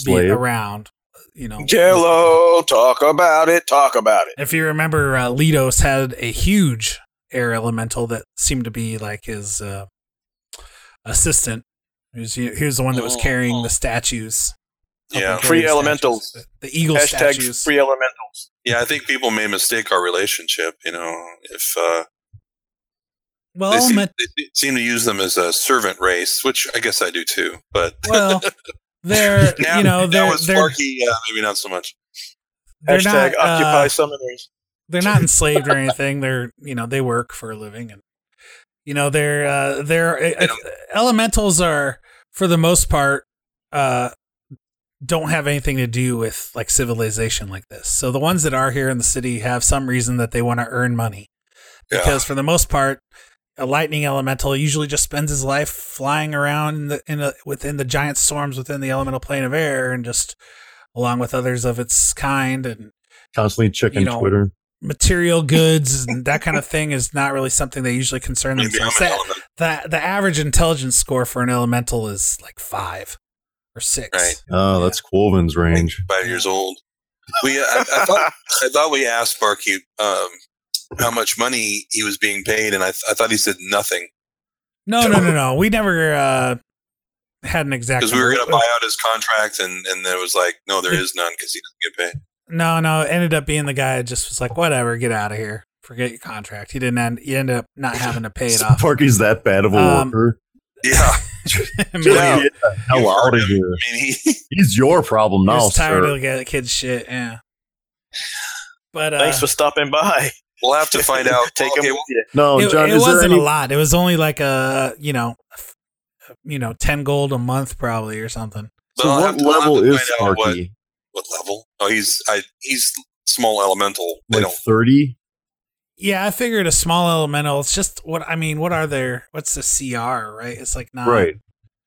be Slave. around, you know. Jello, talk about it. Talk about it. If you remember, uh, Lidos had a huge air elemental that seemed to be like his uh, assistant. He was, he was the one that was carrying the statues. Helping Yeah. carry Free the statues. elementals. The eagle Hashtag statues. free elementals. Yeah, I think people may mistake our relationship. You know, if uh, they, well, seem, met- they seem to use them as a servant race, which I guess I do too. But well, they're now, you know that they're was they're, Sparky. Yeah, maybe not so much. they're Hashtag not occupy uh, summoners. they're not enslaved or anything. They're you know they work for a living and you know they're uh, they're uh, don't- elementals are for the most part uh, don't have anything to do with like civilization like this. So the ones that are here in the city have some reason that they want to earn money Yeah. because for the most part. A lightning elemental usually just spends his life flying around in the, in a, within the giant storms within the elemental plane of air, and just along with others of its kind, and Constantly checking You know, Twitter. material goods and that kind of thing is not really something they usually concern Maybe I'm themselves. an That, element. that the average intelligence score for an elemental is like five or six. Right. Oh, that's Quoven's range. Five years old. We, uh, I, I thought, I thought we asked Sparky um, how much money he was being paid, and I, th- I thought he said nothing No, no, no, no. We never uh, had an exact. because we were going to number. buy out his contract, and and then it was like, no, there is none because he doesn't get paid. No, no. It ended up being the guy that just was like, whatever, get out of here, forget your contract. He didn't end. He ended up not having to pay it off. Sparky's that bad of a uh, Um, worker. Yeah, I mean, Just he get the hell out of here. I mean, he, He's your problem now, was tired sir. of the kid's shit. Yeah. But uh, Thanks for stopping by. we'll have to find out. Take Okay, them well, with you. no, it, Oh, John, it is there wasn't any a lot. It was only like a you know, f- you know, ten gold a month probably or something. but So I'll what have to- I'll have level to is find out What, Sparky? what level? Oh, he's I, he's small elemental. They Like don't. thirty? Yeah, I figured a small elemental. It's just what I mean. What are their? What's the CR? Right? It's like not Right.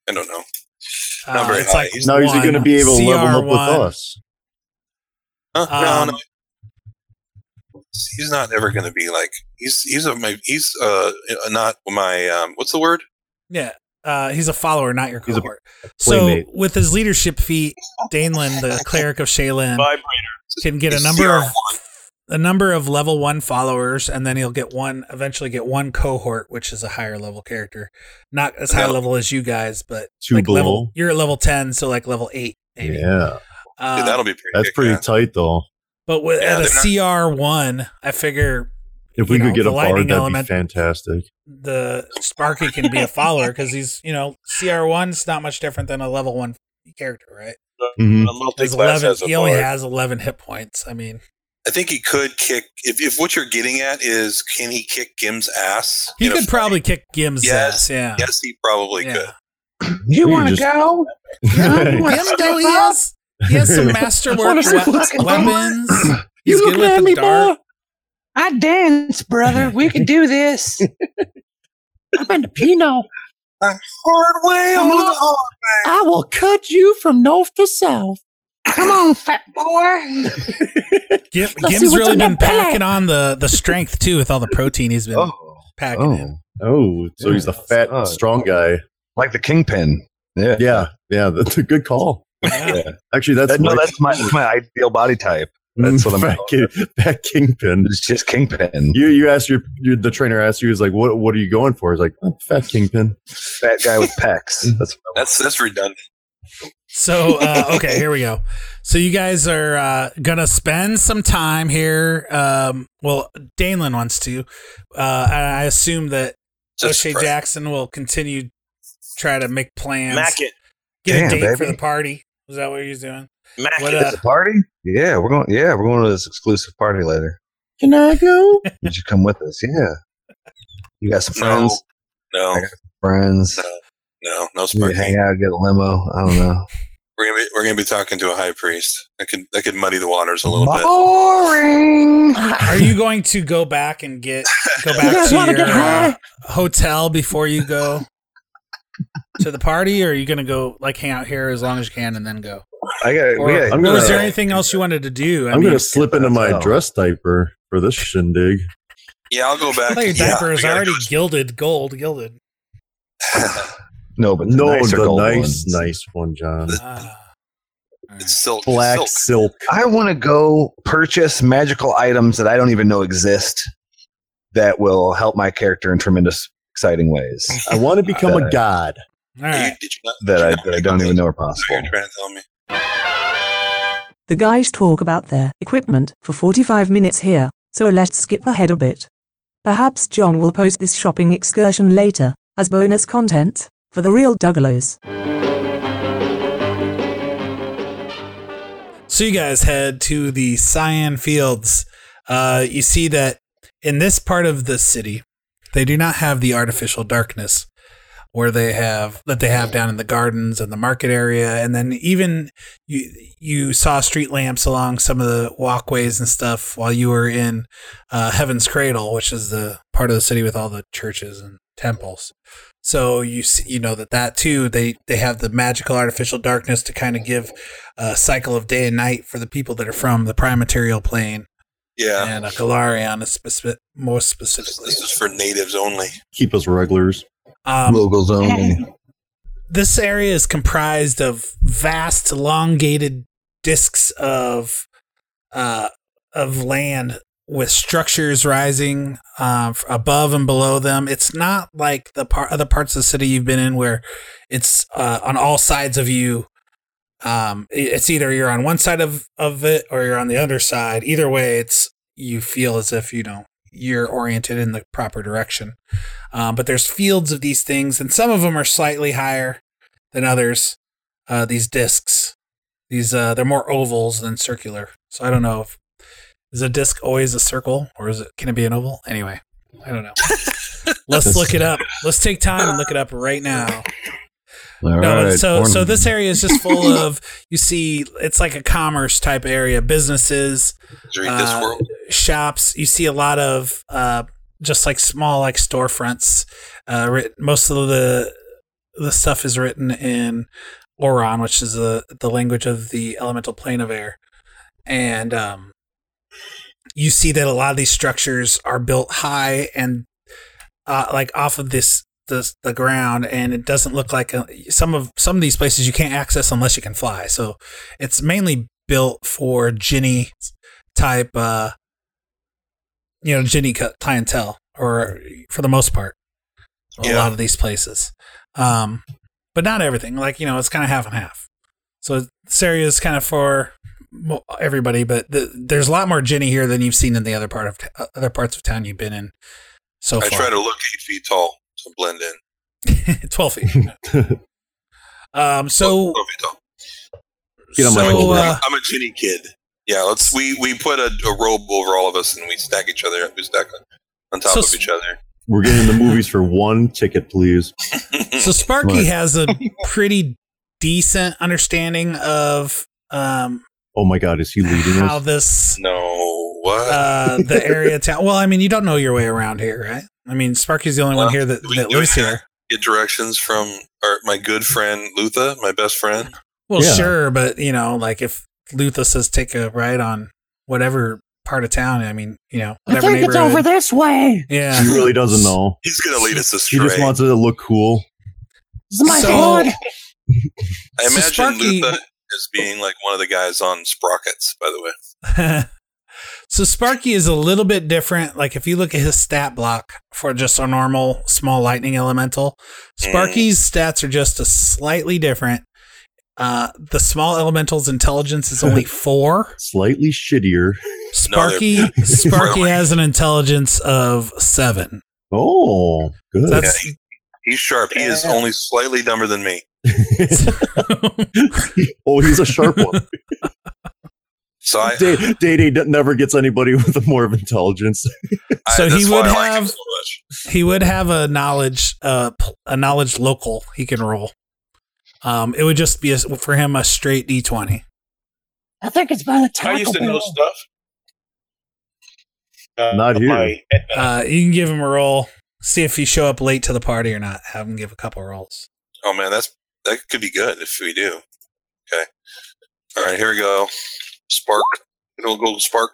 I don't know. uh, not very it's high. like Now he's one, going to be able to level up CR1. with us. Huh? Um, no, no. He's not ever going to be like he's he's a my he's uh not my um what's the word Yeah. Uh, he's a follower, not your He's a cohort. so playmate. with his leadership feat, Danelin, the cleric of Shaylin, Vibrator. can get a He's number of CR1. a number of level one followers, and then he'll get one eventually get one cohort, which is a higher level character, not as high No. level as you guys, but Two like below. level. You're at level ten, so like level eight, maybe. Yeah, Uh, Dude, that'll be pretty. that's kick pretty ass. tight though. but with, at yeah, they're a not- CR one, I figure If we you could know, get the a bard, lightning that'd element- be fantastic. the Sparky can be a follower because he's you know CR one's not much different than a level one character, right? Mhm. A His multi-class eleven, has a he only bar. has eleven hit points. I mean, I think he could kick if if what you're getting at is can he kick Gim's ass? he in a could fight? probably kick Gim's Yes, ass. Yeah, Yes, he probably yeah. could. You We want to just- go? You wanna Gim step though he up? has he has some masterwork Wanna we- fucking go? weapons. He's You good looking with at the me, dart. boy? I dance, brother. We can do this. I'm into Pinot. Hard way Come on the on. hard. I will cut you from north to south. Come on, fat boy. Gim, Let's see Gim's what's really in been that bag. packing on the the strength too with all the protein he's been Oh, packing. in. oh. Oh, so he's the Yeah. fat, Uh, strong guy. Like the kingpin. Yeah. Yeah, yeah, that's a good call. Yeah. Actually, that's That- no, my- that's my, that's my ideal body type. that's what I'm fat, calling king, fat kingpin. It's just kingpin. You you asked your, your the trainer asked you he's like what what are you going for? He's like "Oh, fat kingpin. Fat guy with pecs. That's what I want. That's that's redundant. So uh, okay, here we go. So you guys are uh, gonna spend some time here. Um, well, Danelin wants to. Uh, and I assume that Just O'Shea pray. Jackson will continue try to make plans, Mac it. get Damn, a date for baby. the party. Is that what he's doing? Mac What, it. uh, It's a party? Yeah, we're going. Yeah, we're going to this exclusive party later. Can I go? Would you come with us? Yeah. You got some No, friends? no, Friends. no, no We sparking. hang out, get a limo. I don't know. We're gonna be we're gonna be talking to a high priest. I could I could muddy the waters a little bit. Boring. Are you going to go back and get go You back guys to want to your get uh, high? hotel before you go to the party, or are you gonna go like hang out here as long as you can and then go? I got. Or, We got. I'm or gonna- is there anything else you wanted to do? I I'm mean, gonna slip into my Oh. dress diaper for this shindig. Yeah, I'll go I back. thought your Yeah, diaper we is gotta already go- gilded gold, gilded. No, but the No, nicer the gold nice, ones. nice one, John. Ah. It's silk. Black Silk. Silk. I want to go purchase magical items that I don't even know exist that will help my character in tremendous, exciting ways I want to become Uh, a god. All You- right. did you not- that did I, you not that I pick don't up even the- know are what possible. You're trying to tell me. The guys talk about their equipment for 45 minutes here, so let's skip ahead a bit. Perhaps John will post this shopping excursion later, as bonus content, for the real Duggalos. So you guys head to the Cyan Fields. Uh, you see that in this part of the city, they do not have the artificial darkness where they have that they have down in the gardens and the market area, and then even you you saw street lamps along some of the walkways and stuff while you were in uh, Heaven's Cradle, which is the part of the city with all the churches and temples. So you see, you know that that too they they have the magical artificial darkness to kind of give a cycle of day and night for the people that are from the prime material plane Yeah, and a Galarian speci- more specifically. this is for natives only. Keep us regulars. Um, Locals only. this area is comprised of vast, elongated discs of uh, of land with structures rising uh, f- above and below them. It's not like the par- other parts of the city you've been in where it's uh, on all sides of you. Um, i- it's either you're on one side of, of it or you're on the other side. Either way, it's you feel as if you know you're oriented in the proper direction. Um, but there's fields of these things, and some of them are slightly higher than others. Uh, these discs, these uh, they're more ovals than circular. So I don't know if is a disc always a circle or is it can it be an oval? Anyway, I don't know. Let's look it up. Let's take time and look it up right now. All No, right, so so ornament. this area is just full of you see it's like a commerce type area, businesses, Let's Read this Uh, world. shops. You see a lot of uh, just like small like storefronts. Uh, writ- most of the the stuff is written in Oron, which is the the language of the elemental plane of air, and um, you see that a lot of these structures are built high and uh, like off of this. The, the ground and it doesn't look like a, some of some of these places you can't access unless you can fly so it's mainly built for ginny type uh you know ginny cu- clientele or for the most part a Yeah. lot of these places um but not everything like you know it's kind of half and half so this area is kind of for mo- everybody but th there's a lot more ginny here than you've seen in the other part of t- uh, other parts of town you've been in so I far try to look eight feet tall to blend in. 12 feet um so Twelve feet tall. Get on my so, shoulder. uh, I'm a Ginny kid. Yeah, let's we we put a, a robe over all of us and we stack each other up. We stack on, on top So of s- each other. We're getting the movies for one ticket, please. Mm. so sparky Right. has a pretty decent understanding of um Oh my god, is he leading how us? this no, what? uh the area town well i mean you don't know your way around here right i mean sparky's the only one Well, here that, we that do lives have- here Get directions from our, my good friend Lutha, my best friend. well Yeah. sure but you know like if lutha says take a ride on whatever part of town i mean you know I whatever think it's over neighborhood this way. yeah He really doesn't know. He's gonna lead us He astray. just wants it to look cool. This is my So- God. I So imagine Sparky- Lutha as being like one of the guys on Sprockets. By the way, so Sparky is a little bit different. Like if you look at his stat block for just a normal small lightning elemental, Sparky's stats are just a slightly different. Uh, the small elemental's intelligence is only four. Slightly shittier. Sparky Sparky has an intelligence of seven. Oh, good. That's He's sharp. He is only slightly dumber than me. oh, he's a sharp one. So I, Day Day d- never gets anybody with more of intelligence. so he would have he would have a knowledge uh pl- a knowledge local he can roll. Um, it would just be a, for him a straight d twenty. I think it's by the I Taco used to know Bell. stuff. Uh, Not here. my- Uh, you can give him a roll, see if you show up late to the party or not. Have him give a couple rolls. Oh man, that's that could be good if we do. Okay. All right, here we go. Spark. It'll go spark.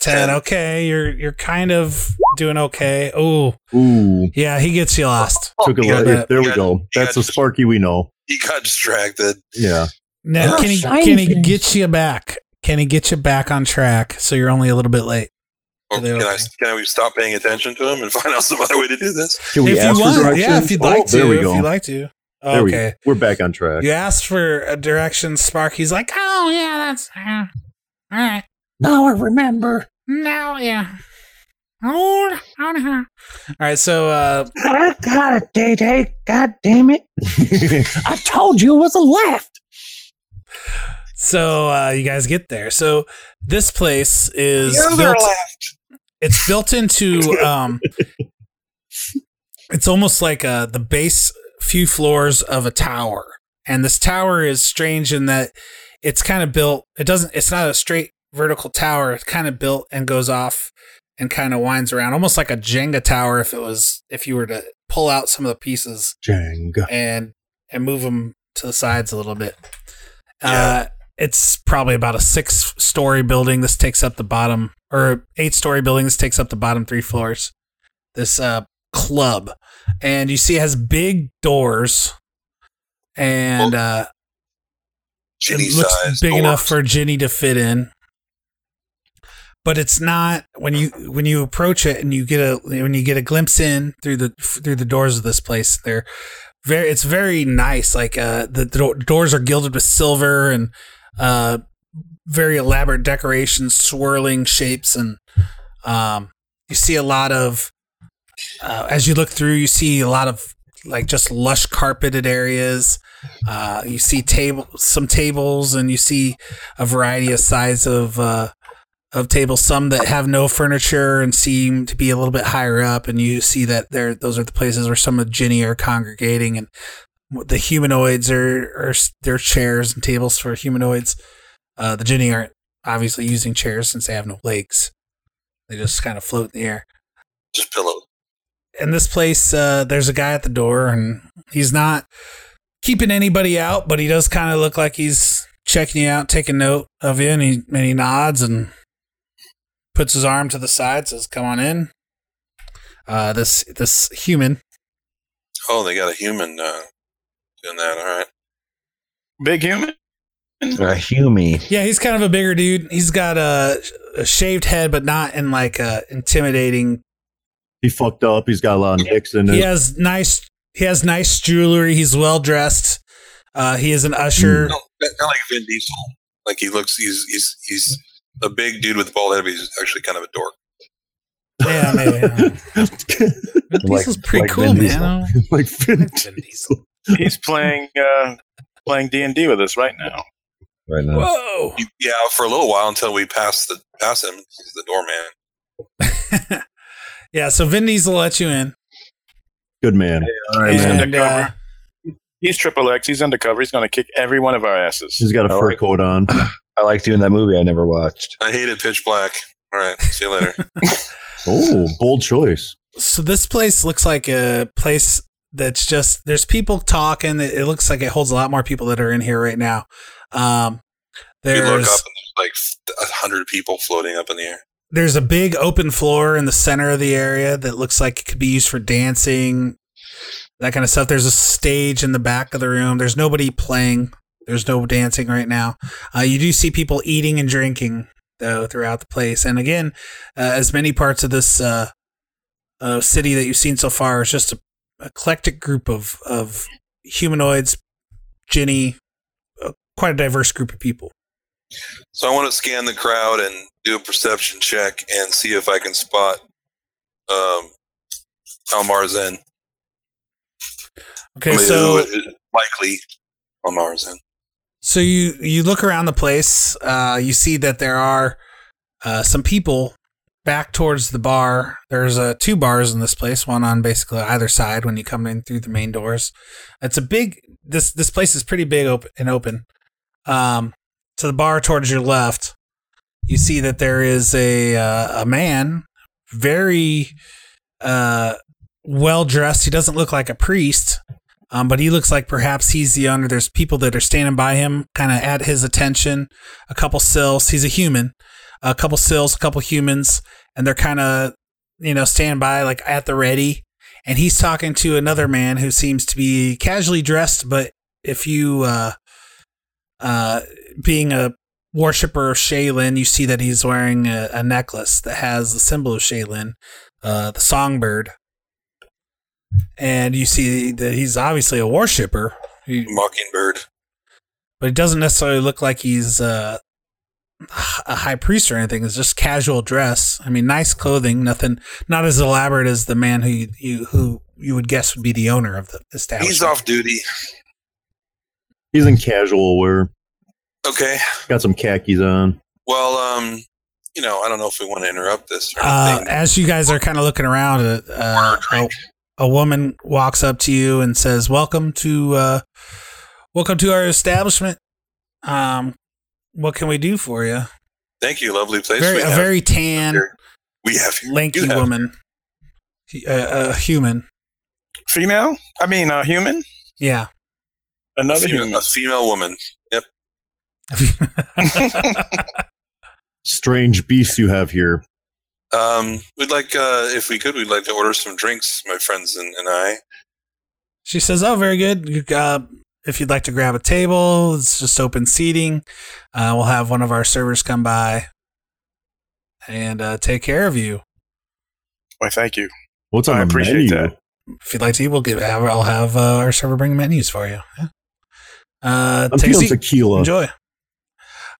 Ten. Okay, you're you're kind of doing okay. Oh, Ooh, yeah, he gets you lost. Oh, took a Yeah, lot. but- There we go. That's a Sparky we know. He got distracted. Yeah. Now, Oh, can he shiny can he get you back? Can he get you back on track? So you're only a little bit late. Or Oh, can I can we stop paying attention to him and find out some other way to do this? Can we If you ask want, for directions? Oh, yeah, if you'd like there to, we if go. you'd like to. Oh, There we okay. go. We're back on track. You asked for a direction, Sparky's like, Oh yeah, that's uh, all right. Now I remember. Now yeah. Hold on, huh? all right, so uh I got it, Day Day. God damn it! I told you it was a left. so uh you guys get there. So this place is The other built, left. it's built into um it's almost like uh the base few floors of a tower. And this tower is strange in that it's kind of built it doesn't it's not a straight vertical tower, it's kind of built and goes off and kind of winds around almost like a Jenga tower if it was if you were to pull out some of the pieces Jenga. and and move them to the sides a little bit. Uh, it's probably about a six story building. This takes up the bottom or eight story building. This takes up the bottom three floors. This uh, club, and you see it has big doors, and uh, it looks Ginny-sized big enough doors. for Ginny to fit in. But it's not when you when you approach it and you get a when you get a glimpse in through the through the doors of this place. They're very it's very nice. Like uh, the do- doors are gilded with silver and uh, very elaborate decorations, swirling shapes, and um, you see a lot of uh, as you look through, you see a lot of like just lush carpeted areas. Uh, you see table some tables, and you see a variety of size of uh, of tables. Some that have no furniture and seem to be a little bit higher up, and you see that there those are the places where some of Ginny are congregating, and the humanoids are are their chairs and tables for humanoids. Uh, the Ginny aren't obviously using chairs since they have no legs; they just kind of float in the air Just pillow. in this place, uh, there's a guy at the door, and he's not keeping anybody out, but he does kind of look like he's checking you out, taking note of you, and he, and he nods and puts his arm to the side, says, "Come on in." Uh, this this human, Oh, they got a human uh, doing that. All right. Big human. A humie. yeah, he's kind of a bigger dude. He's got a, a shaved head, but not in like a intimidating He fucked up. He's got a lot of nicks in it. He has nice. He has nice jewelry. He's well dressed. Uh, he is an usher. No, kind of like Vin Diesel. Like he looks. He's he's he's a big dude with a bald head, but he's actually kind of a dork. Yeah, maybe. Vin Mm. Like- Diesel's pretty like cool, man. Vin Diesel. I don't- like Vin Diesel. He's playing uh, playing D and D with us right now. Right now. Whoa! Yeah, for a little while until we pass the pass him. He's the doorman. Yeah, so Vin Diesel let you in. Good man. All right, he's And, uh, undercover. he's triple X. He's undercover. He's going to kick every one of our asses. He's got a All fur right. coat on. I liked you in that movie I never watched. I hated Pitch Black. All right, see you later. Oh, bold choice. So this place looks like a place that's just there's people talking. It, it looks like it holds a lot more people that are in here right now. Um, you there's look up and there's like a hundred people floating up in the air. there's a big open floor in the center of the area that looks like it could be used for dancing, that kind of stuff. There's a stage in the back of the room. There's nobody playing. There's no dancing right now. Uh, you do see people eating and drinking though throughout the place. And again, uh, as many parts of this uh, uh, city that you've seen so far, it's just a eclectic group of of humanoids, Ginny, uh, quite a diverse group of people. So I want to scan the crowd and do a perception check and see if I can spot um, Almar's in. Okay, so likely Almar's in. So you you look around the place. Uh, you see that there are uh, some people back towards the bar. There's uh, two bars in this place, one on basically either side when you come in through the main doors. It's a big this this place is pretty big open and open. Um, to the bar towards your left, you see that there is a uh, a man, very uh, well dressed. He doesn't look like a priest, um, but he looks like perhaps he's the owner. There's people that are standing by him, kind of at his attention. A couple sills. He's a human. A couple sills, a couple humans, and they're kind of you know standing by like at the ready. And he's talking to another man who seems to be casually dressed, but if you uh, uh, being a worshiper of Shaylin, you see that he's wearing a, a necklace that has the symbol of Shaylin, uh, the songbird. And you see that he's obviously a worshiper, He- Mockingbird. but it doesn't necessarily look like he's uh, a high priest or anything. It's just casual dress. I mean, nice clothing, nothing, not as elaborate as the man who you, you who you would guess would be the owner of the establishment. He's off duty. He's in casual wear. Okay. Got some khakis on. Well, um, you know, I don't know if we want to interrupt this. Or Uh, as you guys are kind of looking around, uh, uh, a, a woman walks up to you and says, "Welcome to uh, welcome to our establishment. Um, what can we do for you?" Thank you, lovely place. Very, we a have. very tan, we have here. lanky You have- woman, a, a human. Female? I mean, a human? Yeah, Another a female, human. a female woman. Yep. Strange beasts you have here. Um, we'd like, uh, if we could, we'd like to order some drinks, my friends and, and I. She says, "Oh, very good. You, uh, if you'd like to grab a table, it's just open seating. Uh, we'll have one of our servers come by and uh, take care of you. Why, thank you. What's on Oh, I the appreciate menu? that. If you'd like to, we'll give. I'll have uh, our server bring menus for you. Yeah. Uh, I'm take a feeling seat. tequila. Enjoy.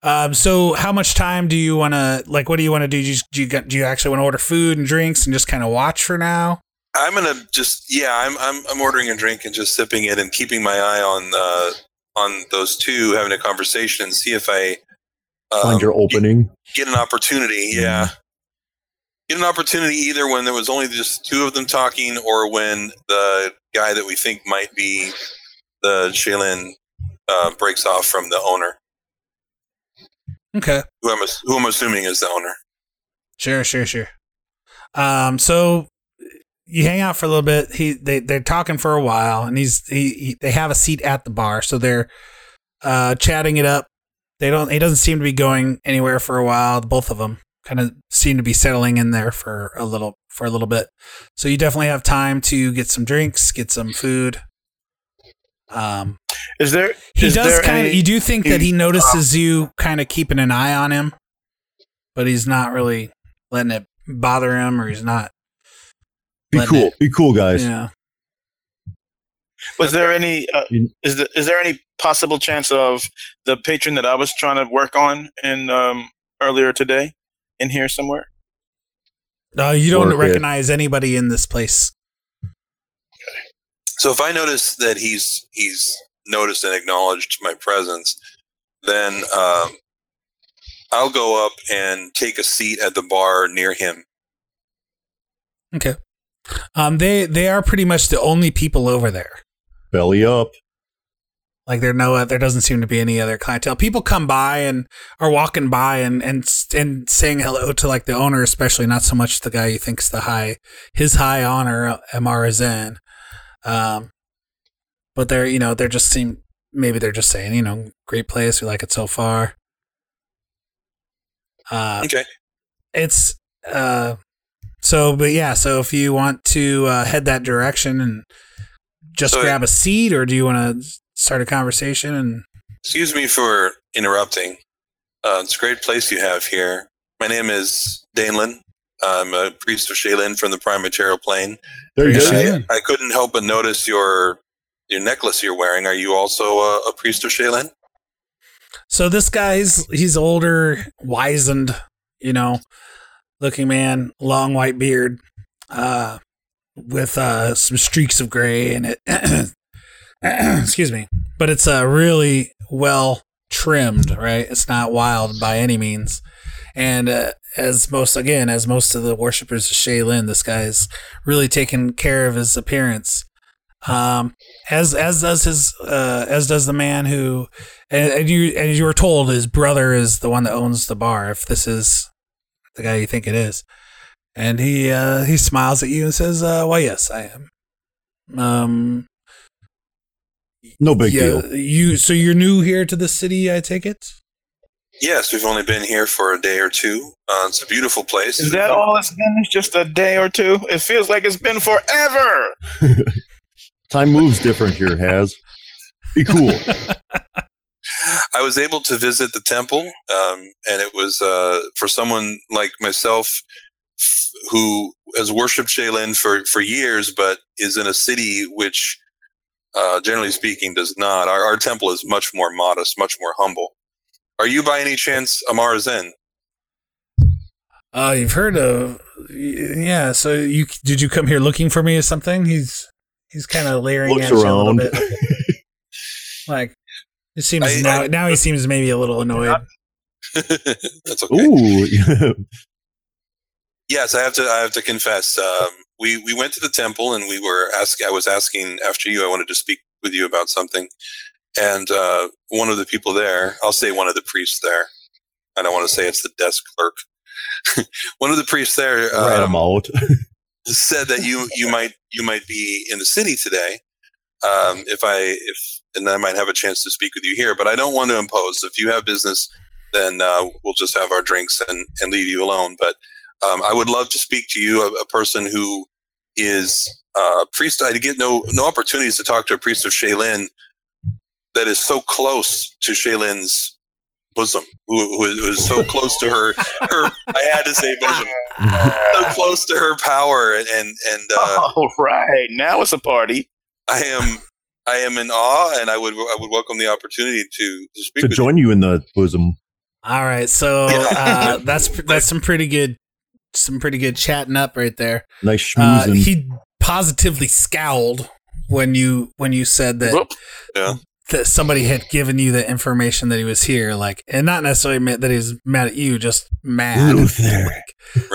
Um, so, how much time do you want to like? What do you want to do? Do you, do you get- do you actually want to order food and drinks and just kind of watch for now? I'm gonna just, yeah, I'm, I'm, I'm ordering a drink and just sipping it and keeping my eye on, uh, on those two having a conversation and see if I um, um, Find your opening. get an opportunity. Yeah. Get an opportunity either when there was only just two of them talking or when the guy that we think might be the Shaylin uh, breaks off from the owner, Okay. who I'm, ass- who I'm assuming is the owner. Sure, sure, sure. Um, so you hang out for a little bit. He they they're talking for a while, and he's he, he they have a seat at the bar, so they're uh chatting it up. They don't. He doesn't seem to be going anywhere for a while. Both of them kind of seem to be settling in there for a little for a little bit. So you definitely have time to get some drinks, get some food. Um, is there? He is does there kind of. any- You do think that he notices you kind of keeping an eye on him, but he's not really letting it bother him, or he's not. Be letting cool. it- Be cool, guys. Yeah. Was there any? Uh, is the, is there any possible chance of the patron that I was trying to work on in um, earlier today in here somewhere? No, Uh, you don't Work it. recognize anybody in this place. So if I notice that he's he's noticed and acknowledged my presence, then um, I'll go up and take a seat at the bar near him. Okay. Um, they they are pretty much the only people over there. Belly up. Like there no there doesn't seem to be any other clientele. People come by and are walking by and and and saying hello to like the owner, especially not so much the guy you think's the high his high honor uh, Amara Zen. Um, but they're you know they're just seem maybe they're just saying you know great place we like it so far. Uh, okay. It's uh, so but yeah so if you want to uh, head that direction and just So- grab a seat or do you want to start a conversation and Excuse me for interrupting. Uh, it's a great place you have here. My name is Danelin. I'm a priest of Shaylin from the Prime Material Plane. There you And go. I, I couldn't help but notice your your necklace you're wearing. Are you also a, a priest of Shaylin? So this guy's he's older, wizened, you know, looking man, long white beard, uh, with uh, some streaks of gray in it. Excuse me, but it's uh, really well trimmed, right? It's not wild by any means. And uh, as most, again, as most of the worshippers of Shaylin, this guy's really taking care of his appearance. Um, as as does his uh, as does the man who, and, and you as you were told, his brother is the one that owns the bar. If this is the guy you think it is, and he uh, he smiles at you and says, uh, "Well, yes, I am." Um, No big yeah, deal. you so you're new here to the city, I take it. Yes, we've only been here for a day or two. Uh, it's a beautiful place. Is that all it's been? It's just a day or two? It feels like it's been forever. Time moves different here, Has. Be cool. I was able to visit the temple, um, and it was uh, for someone like myself f- who has worshipped Shaolin for, for years, but is in a city which, uh, generally speaking, does not. Our, our temple is much more modest, much more humble. Are you by any chance Amara Zen? Uh, you've heard of yeah. So you did you come here looking for me or something? He's he's kind of leering Looks at you a little around. bit. like it seems now, now he seems maybe a little annoyed. That's okay. Ooh. Yes, I have to. I have to confess. Um, we we went to the temple and we were ask. I was asking after you. I wanted to speak with you about something, and uh, one of the people there. I'll say one of the priests there. I don't want to say it's the desk clerk. one of the priests there uh, Rat him out. said that you you might you might be in the city today. Um, if I if and I might have a chance to speak with you here, but I don't want to impose. If you have business, then uh, we'll just have our drinks and and leave you alone. But um, I would love to speak to you, a, a person who is uh, a priest. I get no no opportunities to talk to a priest of Shaolin that is so close to Shaylin's bosom, who, who is- who is so close to her. Her, I had to say bosom, Uh, so close to her power, and and and. Oh. Uh, All right, now it's a party. I am I am in awe, and I would I would welcome the opportunity to, to speak to with join you in the bosom. All right, so uh, that's that's some pretty good some pretty good chatting up right there. Nice Uh, schmoozing. he positively scowled when you when you said that Yeah. that somebody had given you the information that he was here, like, and not necessarily meant that he was mad at you, just mad, you. Right?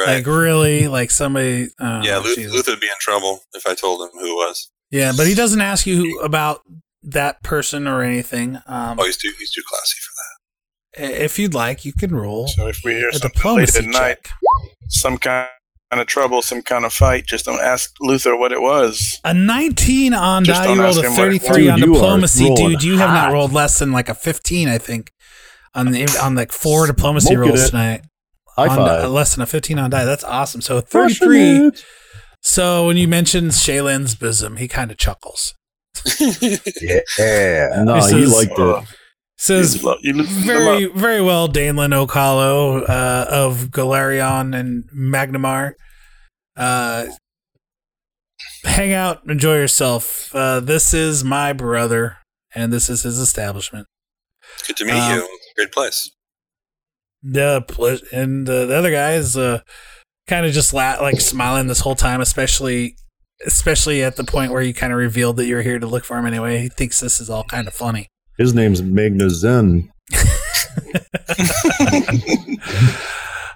like really, like somebody. Uh, yeah, Luth- Jesus. Luther would be in trouble if I told him who it was. Yeah, but he doesn't ask you about that person or anything. Um, Oh, he's too he's too classy for if you'd like, you can roll. So if we hear A something late diplomacy at night, some kind of trouble, some kind of fight, just don't ask Luther what it was. A 19 on Just die. don't You rolled ask a him what it was. 33 on Dude, you are diplomacy, rolling dude. You have not hot. rolled less than like a 15, I think, on the, on like four diplomacy Smoking rolls it. tonight. High on five. uh, less than a 15 on die. That's awesome. So 33. So when you mentioned Shaylin's bosom, he kind of chuckles. Yeah. No, This he is- liked uh, it. Says very very well, Danelin Ocalo uh, of Galarion and Magnamar. Uh, hang out, enjoy yourself. Uh, this is my brother, and this is his establishment. that. Good to meet Um, you. Great place. The pl- and uh, the other guy is uh, kind of just la- like smiling this whole time, especially especially at the point where you kind of revealed that you're here to look for him anyway. He thinks this is all kind of funny. His name's Magna Zen.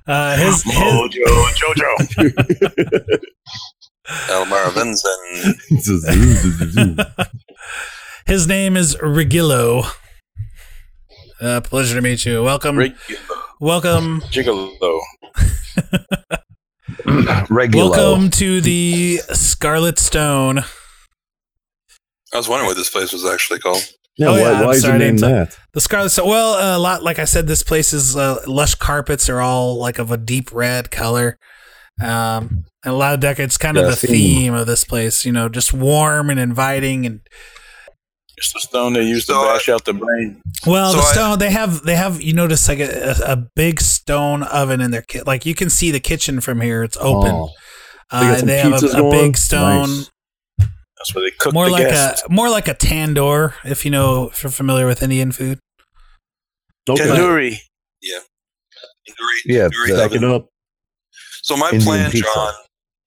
Uh, his, his Jojo. Elmar Vinson. Oh, His name is Regillo. Uh, pleasure to meet you. Welcome. Welcome. Gigolo. Regular. Welcome to the Scarlet Stone. I was wondering what this place was actually called. Yeah, Oh, why, yeah, I'm why is sorry, I your name didn't tell- that? The Scarlet Stone. Well, a lot like I said, this place is uh, lush carpets are all like of a deep red color. Um, and a lot of deck. It's kind of Yeah, the theme. theme of this place. You know, just warm and inviting and It's the stone they used to bash out the brain. Well, So the I- stone they have they have you notice like a, a, a big stone oven in their kit. Like you can see the kitchen from here; it's open. Oh. They got uh, some they have a, pizzas a going? big stone, Nice. That's where they cook more the like guests. a more like a tandoor. If you know, if you're familiar with Indian food, Okay. Tandoori. Yeah. Yeah, Tandoori back oven. it up. So my Indian plan, pizza. John,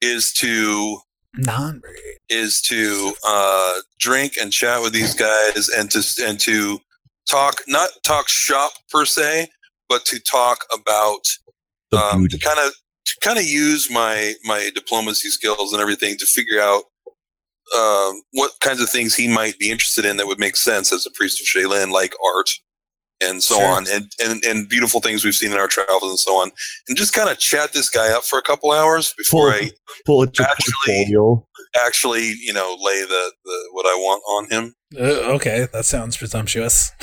is to Non. is to uh, drink and chat with these guys and to and to talk not talk shop per se but to talk about um, to kind of to kind of use my my diplomacy skills and everything to figure out um, what kinds of things he might be interested in that would make sense as a priest of Shaylin, like art and so Sure. on, and, and and beautiful things we've seen in our travels and so on, and just kind of chat this guy up for a couple hours before I Pull it your portfolio. actually, you know, lay the, the what I want on him. Uh, okay, that sounds presumptuous.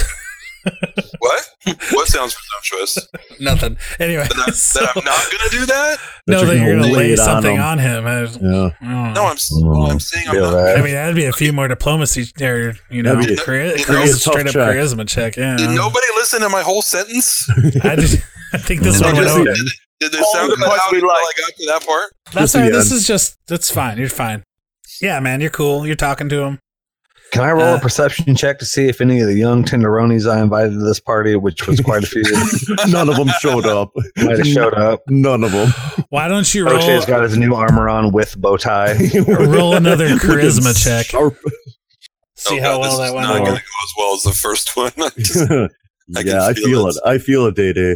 What? what sounds presumptuous? Nothing. Anyway, That, I, so- that I'm not going to do that. no, that you're gonna lay it on something him. on him. I, oh. Yeah. No, I'm. s- Well, I'm saying I'm Yeah, not. right. I mean, that'd be a few more diplomacy or you know, That'd be- chari- That'd be a chari- tough straight up check. charisma check. Yeah, Did nobody listen to my whole sentence? I, just, I think this Did one they went just- over. Did there sound cut out until I got to that part? That's all right. This is just that's fine. You're fine. Yeah, man, you're cool. You're talking to him. Can I Uh, roll a perception check to see if any of the young tenderonis I invited to this party, which was quite a few, None of them showed up. might have showed up? None of them. Why don't you roll? Roche's got his new armor on with bow tie. roll another charisma check. See how well that went. Not going to go as well as the first one. I just- yeah, I feel it. I feel it, Day Day.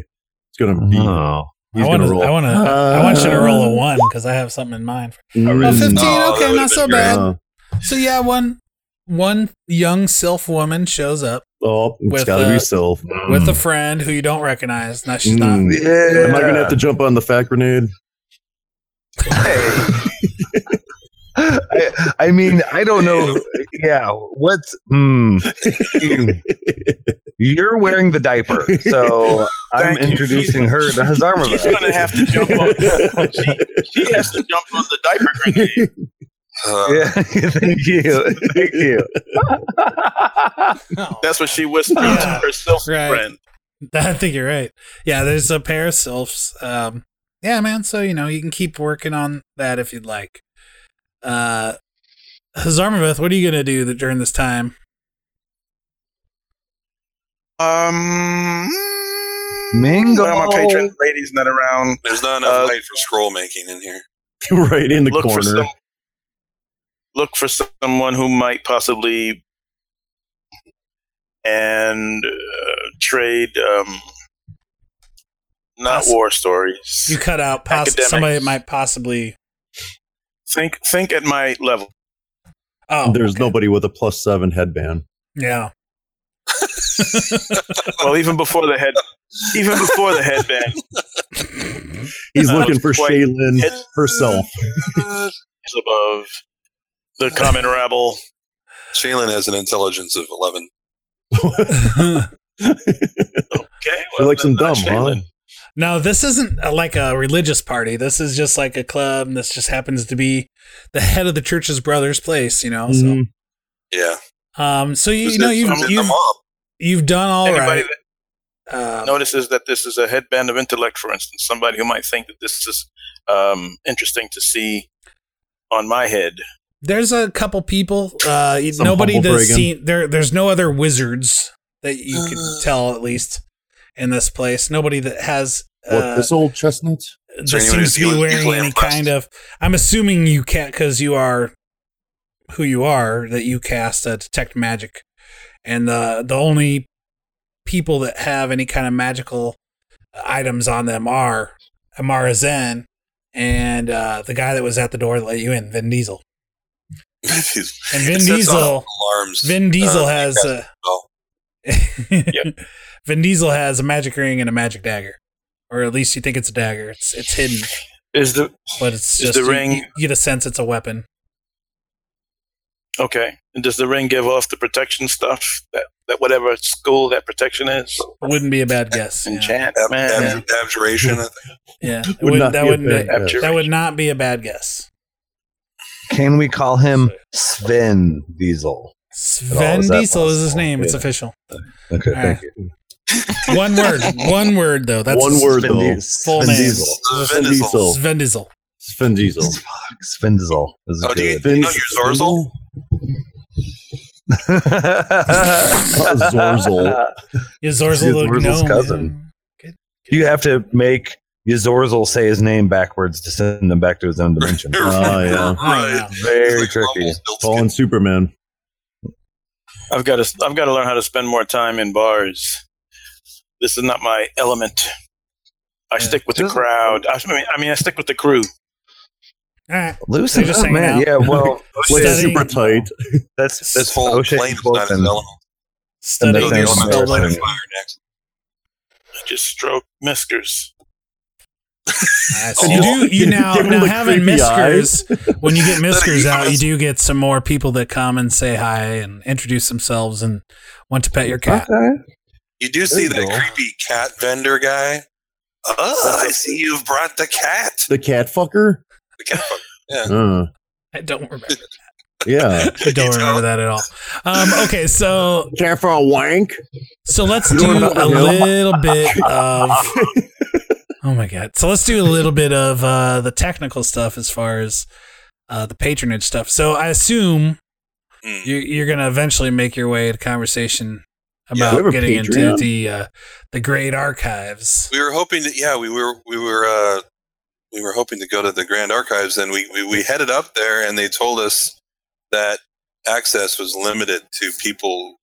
It's gonna be. I He's want gonna to. roll. I want to. I want you to roll a one because I have something in mind. Mm. Oh, 15, Oh, that okay, would've not so been bad. great. So yeah, one one young sylph woman shows up Oh, it's With, gotta uh, be self. with a friend who you don't recognize. No, she's Mm. not. Am I gonna have to jump on the fat grenade? I, I mean, I don't know. Yeah, what's mm, you're wearing the diaper, so I'm introducing her to his armor. She's going to have to jump on. She, she has to jump on the diaper Uh, grenade. yeah, thank you, thank you. That's what she whispered to herself, Right. friend. I think you're right. Yeah, there's a pair of sylphs. Um, yeah, man. So you know you can keep working on that if you'd like. Uh, Hazarmaveth, what are you gonna do th- during this time? Um, Mingo. One of my patron ladies not around. There's not enough Uh, light for scroll making in here. right in the Look for corner. some- Look for someone who might possibly and uh, trade. Um, not Poss- war stories. You cut out poss- Academics. somebody that might possibly. Think think at my level. Oh, There's nobody with a plus seven headband. yeah. Well, even before the head, even before the headband, He's Uh, looking for quite- Shaylin herself. is above the common rabble. Shaylin has an intelligence of 11. Okay, You're like some dumb, that's huh? No, this isn't uh like a religious party. This is just like a club. And this just happens to be the head of the church's brother's place. You know. Mm. Mm-hmm. Yeah. So, um. So you, Who's you know that you've from? Is it the you've, mob? you've done all right. Uh, Anybody that notices that this is a headband of intellect, for instance, somebody who might think that this is um, interesting to see on my head. There's a couple people. Uh, you- Some nobody humble that's brigand. seen there. There's no other wizards that you can Uh. tell at least in this place. Nobody that has what uh, this old chestnut? that seems to be wearing any kind of. I'm assuming you can't because you are who you are that you cast uh, detect magic, and the the only people that have any kind of magical items on them are Amara Zen and uh, the guy that was at the door that let you in, Vin Diesel. And Vin It sets Diesel- off alarms. Vin Diesel uh, has because- a well, Vin Diesel has a magic ring and a magic dagger, or at least you think it's a dagger. It's it's hidden, Is the but it's Is just the you- ring- You, get a sense it's a weapon. okay? And does the ring give off the protection stuff that, that whatever school that protection is? Wouldn't be a bad guess. Yeah, Enchant, ab- man. ab- abjuration. I think. yeah. It Would would- not that be a wouldn't bad be- guess. that would not be a bad guess. Can we call him Sven Diesel? Vin is that Diesel is his name. It's Yeah. official. Okay, All thank right. One word. One word though. That's One his word, full though. Full Vin name. Diesel. Vin Diesel. Vin Diesel. Sven Diesel. you. Sven Diesel is Oh, do you, good. do you know your Zorzel? Zorzel. Zorzel the gnome, cousin. You have to make Zorzel say his name backwards to send him back to his own dimension. Oh, yeah. Right. Very tricky. Fallen Superman. I've got to. I've got to learn how to spend more time in bars. This is not my element. I stick with the crowd. I mean, I mean, I stick with the crew. All right. Loosen They're just up, hanging man. out. Yeah, well, Studying. super tight. that's that's Whole O'Shea plane is not Wilson. an element. And Studying that's the an element. element. Fire next. I just stroke Miskers. So you do you now, Give him now the having creepy miskers when you get miskers out you do get some more people that come and say hi and introduce themselves and want to pet your cat You do see that creepy cat vendor guy. Oh, I see you've brought the cat. The cat fucker? The cat. fucker. Yeah. Uh, i don't remember yeah. i don't remember that at all um, okay so Care for a wank? so let's You do don't remember a him? little bit of oh my god so let's do a little bit of uh, the technical stuff as far as uh, the patronage stuff so i assume Mm. you're, you're gonna eventually make your way to conversation Yeah. about We have a getting into Patreon? the uh, the great archives. We were hoping that yeah, we were we were uh, we were hoping to go to the Grand Archives, and we, we we headed up there, and they told us that access was limited to people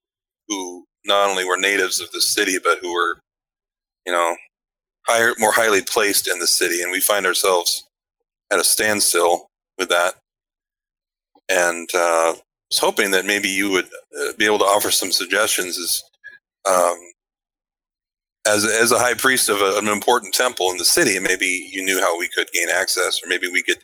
who not only were natives of the city, but who were you know higher more highly placed in the city, and we find ourselves at a standstill with that, and uh, was hoping that maybe you would uh, be able to offer some suggestions as um, as as a high priest of a, an important temple in the city, maybe you knew how we could gain access, or maybe we could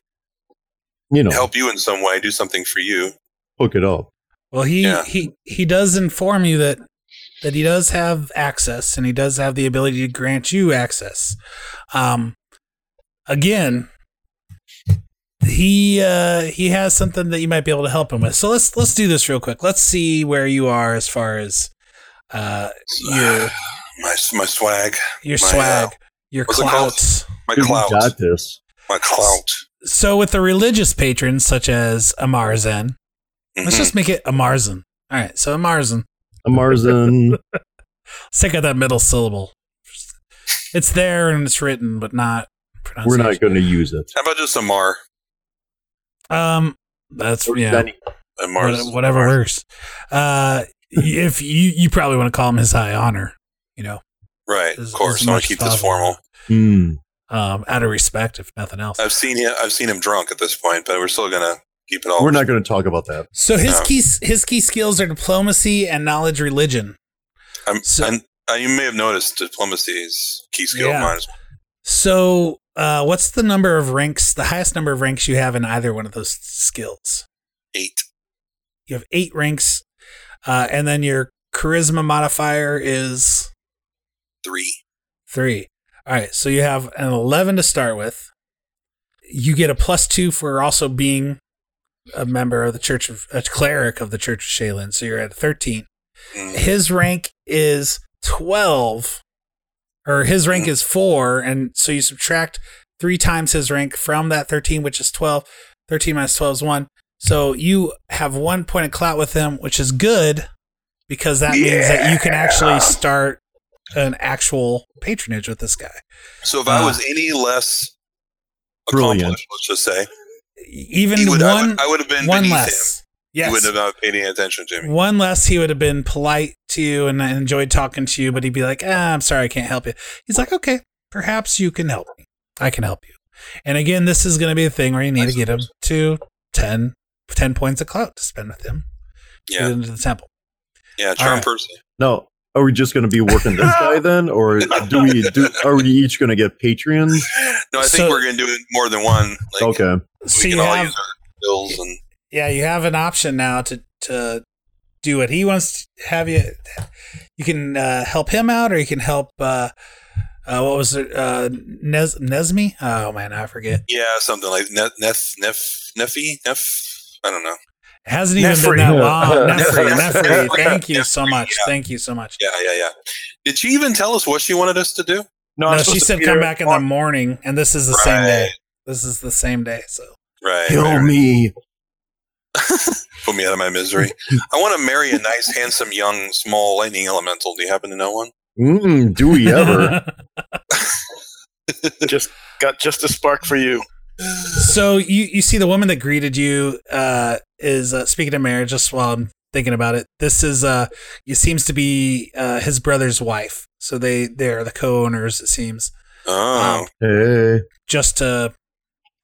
You know, help you in some way, do something for you. hook it up. Well, he Yeah. he he does inform you that that he does have access and he does have the ability to grant you access. Um, again, he uh, he has something that you might be able to help him with. So let's let's do this real quick. Let's see where you are as far as uh, your My my swag, your My, uh, swag, your what's it called? clouts. my Dude, you clout, got this. my clout. So with the religious patrons such as Amarzen, let's Mhm. just make it Amarzen. All right, so Amarzen. Amarzan. Let's take out that middle syllable. It's there and it's written, but not We're pronounced. not going to use it. how about just Amar? Um, that's yeah, Benny. Amar, what- whatever works. Uh, if you you probably want to call him his high honor, you know, right? as- Of as course, I want much to keep as this possible. formal. Hmm. um, out of respect, if nothing else. I've seen him. I've seen him drunk at this point, but we're still gonna keep it all. We're not going to talk about that. So his No. key his key skills are diplomacy and knowledge religion. I'm, so- I'm- i you may have noticed diplomacy is key skill Yeah. of mine. as So, uh, what's the number of ranks? The highest number of ranks you have in either one of those skills? Eight. You have eight ranks, uh, and then your charisma modifier is Three. three. All right, so you have an eleven to start with. You get a plus two for also being a member of the Church of a cleric of the Church of Shaylin. So you're at thirteen. Mm. His rank is twelve, or his rank Mm. is four, and so you subtract three times his rank from that thirteen, which is twelve. Thirteen minus twelve is one. So you have one point of clout with him, which is good because that means that you can actually start an actual patronage with this guy. So if I Ah. was any less Brilliant. accomplished, let's just say, E-, Even he would, I, one, would, I would have been one beneath less. him. He Yes, wouldn't have not paid any attention to me. one less. He would have been polite to you and enjoyed talking to you, but he'd be like, ah, "I'm sorry, I can't help you." He's like, "Okay, perhaps you can help me. I can help you." And again, this is going to be a thing where you need to get him to 10, 10 points of clout to spend with him to Yeah, get into the temple. yeah, charm right. person. No. Are we just going to be working this guy then, or do we do? Are we each going to get Patreons? No, I think So- we're gonna do it more than one. Like, Okay. We So can you all have use our skills and yeah, you have an option now to to do what he wants to have you. You can uh, help him out, or you can help. Uh, uh, what was it? Uh, Nez Nesme? Oh man, I forget. yeah, something like Nef Nef Nef Neffy Nef. I don't know. It hasn't even been Nefri. that long. Nefri, Nefri. Nefri. Nefri. Thank you so Nefri, much. yeah. Thank you so much. Yeah, yeah, yeah. Did she even tell us what she wanted us to do? I'm No, supposed she to said be come there back in the morning, and this is the same day. This is the same day. So Right. Kill right, right. me. Put me out of my misery. I want to marry a nice, handsome, young, small lightning elemental. Do you happen to know one? Mm, do we ever? just got just a spark for you. So you you see the woman that greeted you uh, is uh, speaking of marriage. Just while I'm thinking about it, this is uh, it seems to be uh, his brother's wife. So they they are the co-owners. It seems. Oh, hey. Just to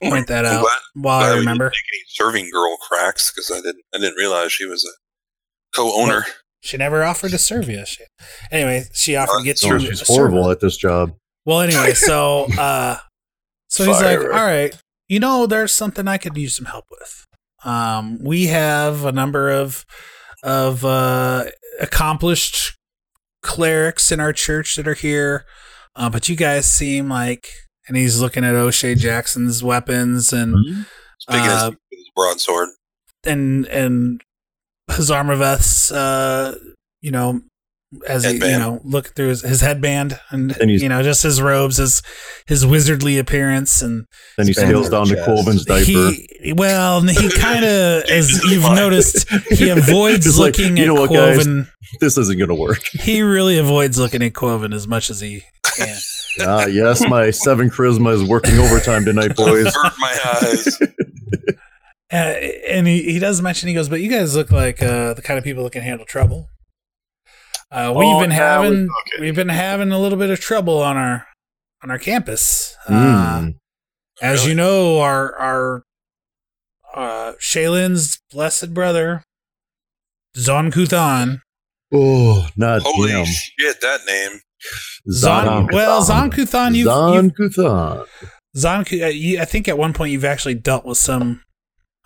point that out, while I Glad we didn't remember, take any serving girl cracks because I didn't. I didn't realize she was a co-owner. she never offered to serve you. She, anyway, she offered to get you. Sure, a she's server. horrible at this job. Well, anyway, so uh, so he's Fire like, up. all right, you know, there's something I could use some help with. Um, we have a number of of uh, accomplished clerics in our church that are here, uh, but you guys seem like. And he's looking at O'Shea Jackson's weapons and Mm-hmm. Speaking uh, of with his broadsword, and and his armor vests, uh, you know, as he, you Headband. know, look through his, his headband and, And he's- you know, just his robes, his his wizardly appearance, and Then he scales down to Colvin's diaper. He, well, he kind of, as you've noticed, he avoids Just like, looking you know at what, guys? Quoven. This isn't going to work. He really avoids looking at Quoven as much as he can. Ah, yes, my seven charisma is working overtime tonight, boys. avert my eyes. Uh, and he, he does mention he goes, but you guys look like uh, the kind of people that can handle trouble. Uh, we've Oh, been now having we've been having a little bit of trouble on our on our campus. Ah. Uh, Mm. As you know, our our uh, Shaylin's blessed brother Zon Kuthan. Oh, not Holy him. shit, that name. Zon, well, Zon Kuthan, you've, Zon you've Kuthan. Zon, Ku- uh, you, I think at one point you've actually dealt with some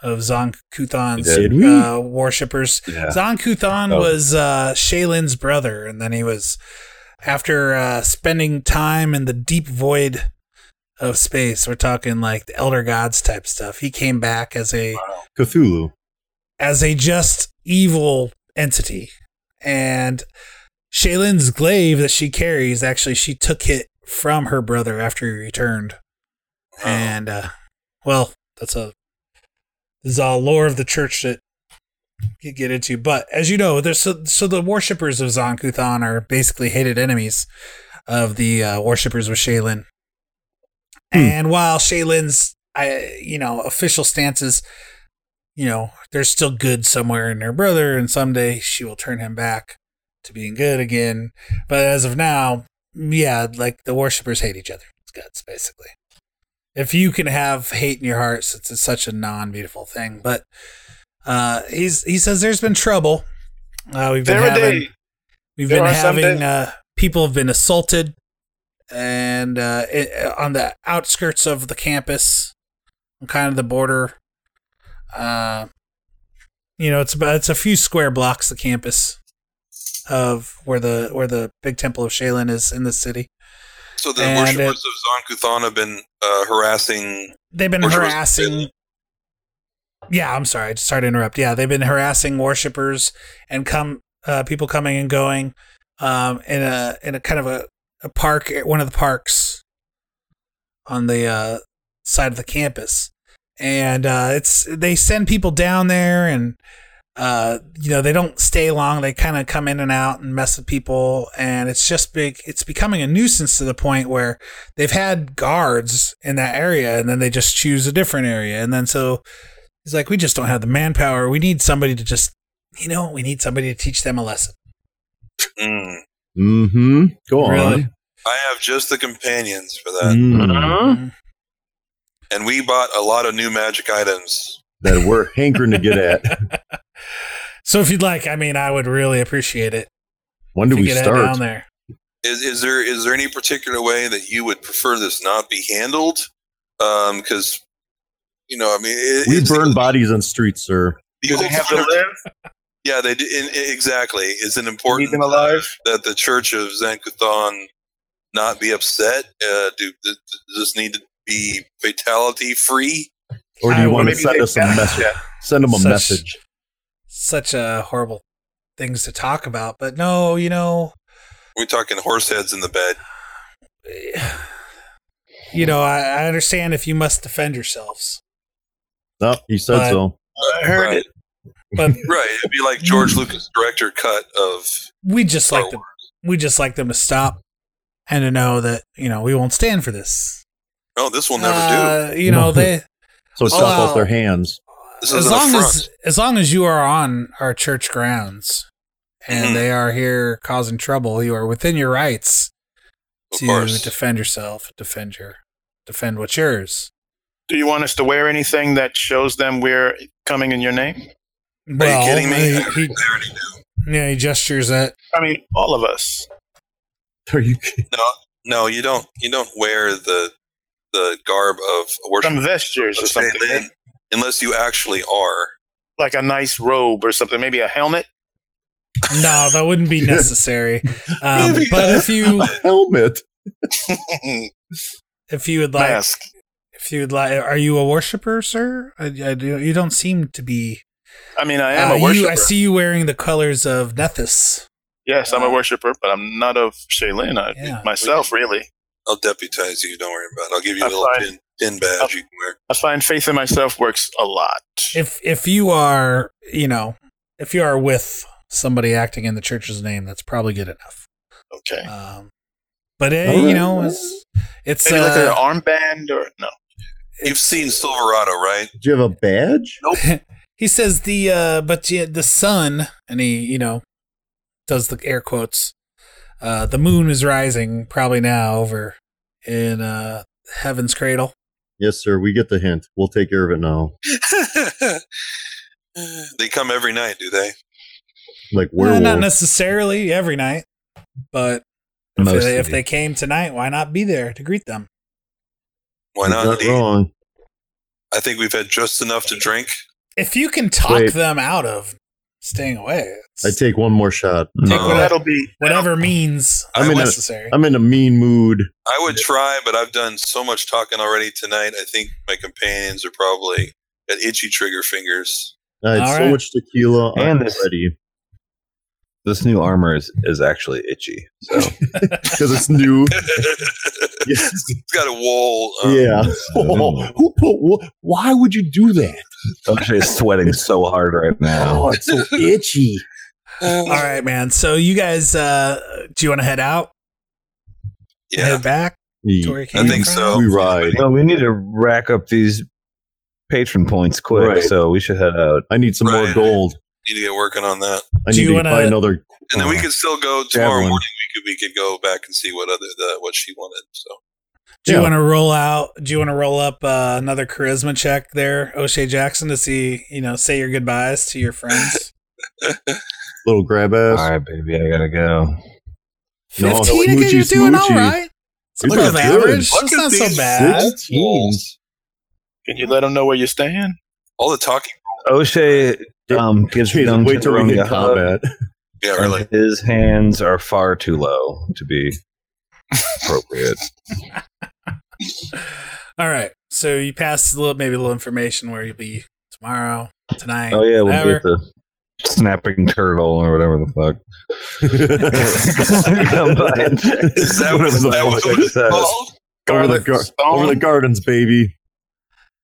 of Zon Kuthan's Did we? uh, worshippers. Yeah. Zon Kuthan Oh. was uh, Shaylin's brother, and then he was, after uh, spending time in the deep void of space, we're talking like the Elder Gods type stuff. He came back as a Cthulhu. as a just evil entity. And Shaylin's glaive that she carries, actually, she took it from her brother after he returned. And, uh, well, that's a, this is all lore of the church that you get into. But as you know, there's so, so the worshippers of Zonkuthan are basically hated enemies of the uh, worshippers with Shaylin. Hmm. And while Shaylin's, I, you know, official stances you know, there's still good somewhere in her brother, and someday she will turn him back to being good again. But as of now, yeah, like the worshippers hate each other. It's guts, basically. If you can have hate in your heart, since it's such a non beautiful thing. But uh, he's he says there's been trouble. Uh, we've been There are having days. we've There been are some having days. uh, people have been assaulted, and uh, it, on the outskirts of the campus, on kind of the border. Uh, you know, it's about it's a few square blocks the campus of where the where the big temple of Shaylin is in the city. So the And worshippers of Zonkuthan have been uh, harassing. They've been worshippers- harassing. Yeah, I'm sorry. Sorry to interrupt. Yeah, they've been harassing worshipers and come uh, people coming and going um, in a in a kind of a, a park, one of the parks on the uh, side of the campus, and uh, it's they send people down there, and uh, you know they don't stay long. They kind of come in and out and mess with people, and it's just big. It's becoming a nuisance to the point where they've had guards in that area, and then they just choose a different area, and then so he's like, we just don't have the manpower. We need somebody to just, you know, we need somebody to teach them a lesson. Mm. Mm-hmm. Go Really? on. I have just the companions for that, Mm, Mm-hmm. and we bought a lot of new magic items. that we're hankering to get at. So if you'd like, I mean, I would really appreciate it. When do if you we could head start? down there? Is, is there is there any particular way that you would prefer this not be handled? Because you know, I mean, it, We it's- burn bodies on streets, sir. Because they have to live. Yeah, they do, in, in- exactly. It's an important Keep them alive. that the Church of Zancuthon not be upset? Uh, do th- th- does this need to be fatality free? Or do I you will want to maybe send make us a that- message? Send them a Such- message. Such uh, horrible things to talk about, but no, you know, We're talking horse heads in the bed. you know, I, I understand if you must defend yourselves. No, he said But- so. I heard Right. it. But right, it'd be like George Lucas director cut of we just like them. We just like them to stop and to know that you know we won't stand for this. no, this will never Uh, do. you know they. So it's Oh, not wow. off their hands. This is As an long affront. as as long as you are on our church grounds Mm-hmm. and they are here causing trouble, you are within your rights Of to course. defend yourself, defend your defend what's yours. Do you want us to wear anything that shows them we're coming in your name? Well, kidding me? uh, He, yeah, he gestures at. I mean, all of us. Are you No, no, you don't. You don't wear the the garb of a worship. Some vestures or of Shaolin, something, right? unless you actually are. Like a nice robe or something, maybe a helmet. No, that wouldn't be necessary. Um, but if you helmet, if you would like, Mask. if you would like, are you a worshiper, sir? I, I do. You don't seem to be. I mean, I am Uh, a worshiper. You, I see you wearing the colors of Nethys. Yes, I'm a worshiper, but I'm not of Shaolin. I, Yeah. Myself, really. I'll deputize you. Don't worry about it. I'll give you I a little find- pin, pin badge you can wear. I find faith in myself works a lot. If if you are, you know, if you are with somebody acting in the church's name, that's probably good enough. Okay. Um, but eh, you know, it's it's maybe like uh, an armband or no. You've seen Silverado, right? Do you have a badge? he says the uh but yeah, the sun and he you know does the air quotes uh the moon is rising probably now over in uh heaven's cradle Yes, sir. We get the hint. We'll take care of it now. They come every night, do they? Like Well, werewolves. not necessarily every night but if Most they, of if you. they came tonight why not be there to greet them Why You're not? not Lee? wrong. I think we've had just enough to drink. if you can talk Wait. them out of staying away I take one more shot. take No. whatever, That'll be whatever means I are mean, uh, necessary I'm in a mean mood. I would try, but I've done so much talking already tonight. I think my companions are probably got itchy trigger fingers. I had All so right. much tequila. And I'm this- ready This new armor is, is actually itchy. So because it's new. Yes. it's got a wall. um, yeah. Mm. Who put? wh- Why would you do that? OJ is sweating so hard right now. Oh, it's so itchy. all right man so you guys uh do you want to head out Yeah. head back to where We you came think from? so. we ride. No, we need to rack up these patron points quick. Right. So we should head out. I need some Right. more gold. Need to get working on that. I Do need you to wanna- buy another. And then we uh, could still go tomorrow Javelin. morning. We could we could go back and see what other the, what she wanted. So Do you Yeah. want to roll out? Do you want to roll up uh, another charisma check there, O'Shea Jackson, to see you know say your goodbyes to your friends? little grab All ass. right, baby, I gotta go. No, Fifteen, okay, smoochie, you're doing all smoochie. right. It's You're above doing average. good. It's not so bad. Sixteen. Can you let them know where you stand? all the talking. O'Shea um, gives Jesus, Young wait till we Chitterung hit a hug, combat. Yeah, and really. His hands are far too low to be appropriate. All right, so you pass a little, maybe a little information where you'll be tomorrow, tonight. oh yeah, we'll whatever. get the snapping turtle or whatever the fuck. Is that what, is that what it was called? over, the Garlic gar- stone. over the gardens, baby.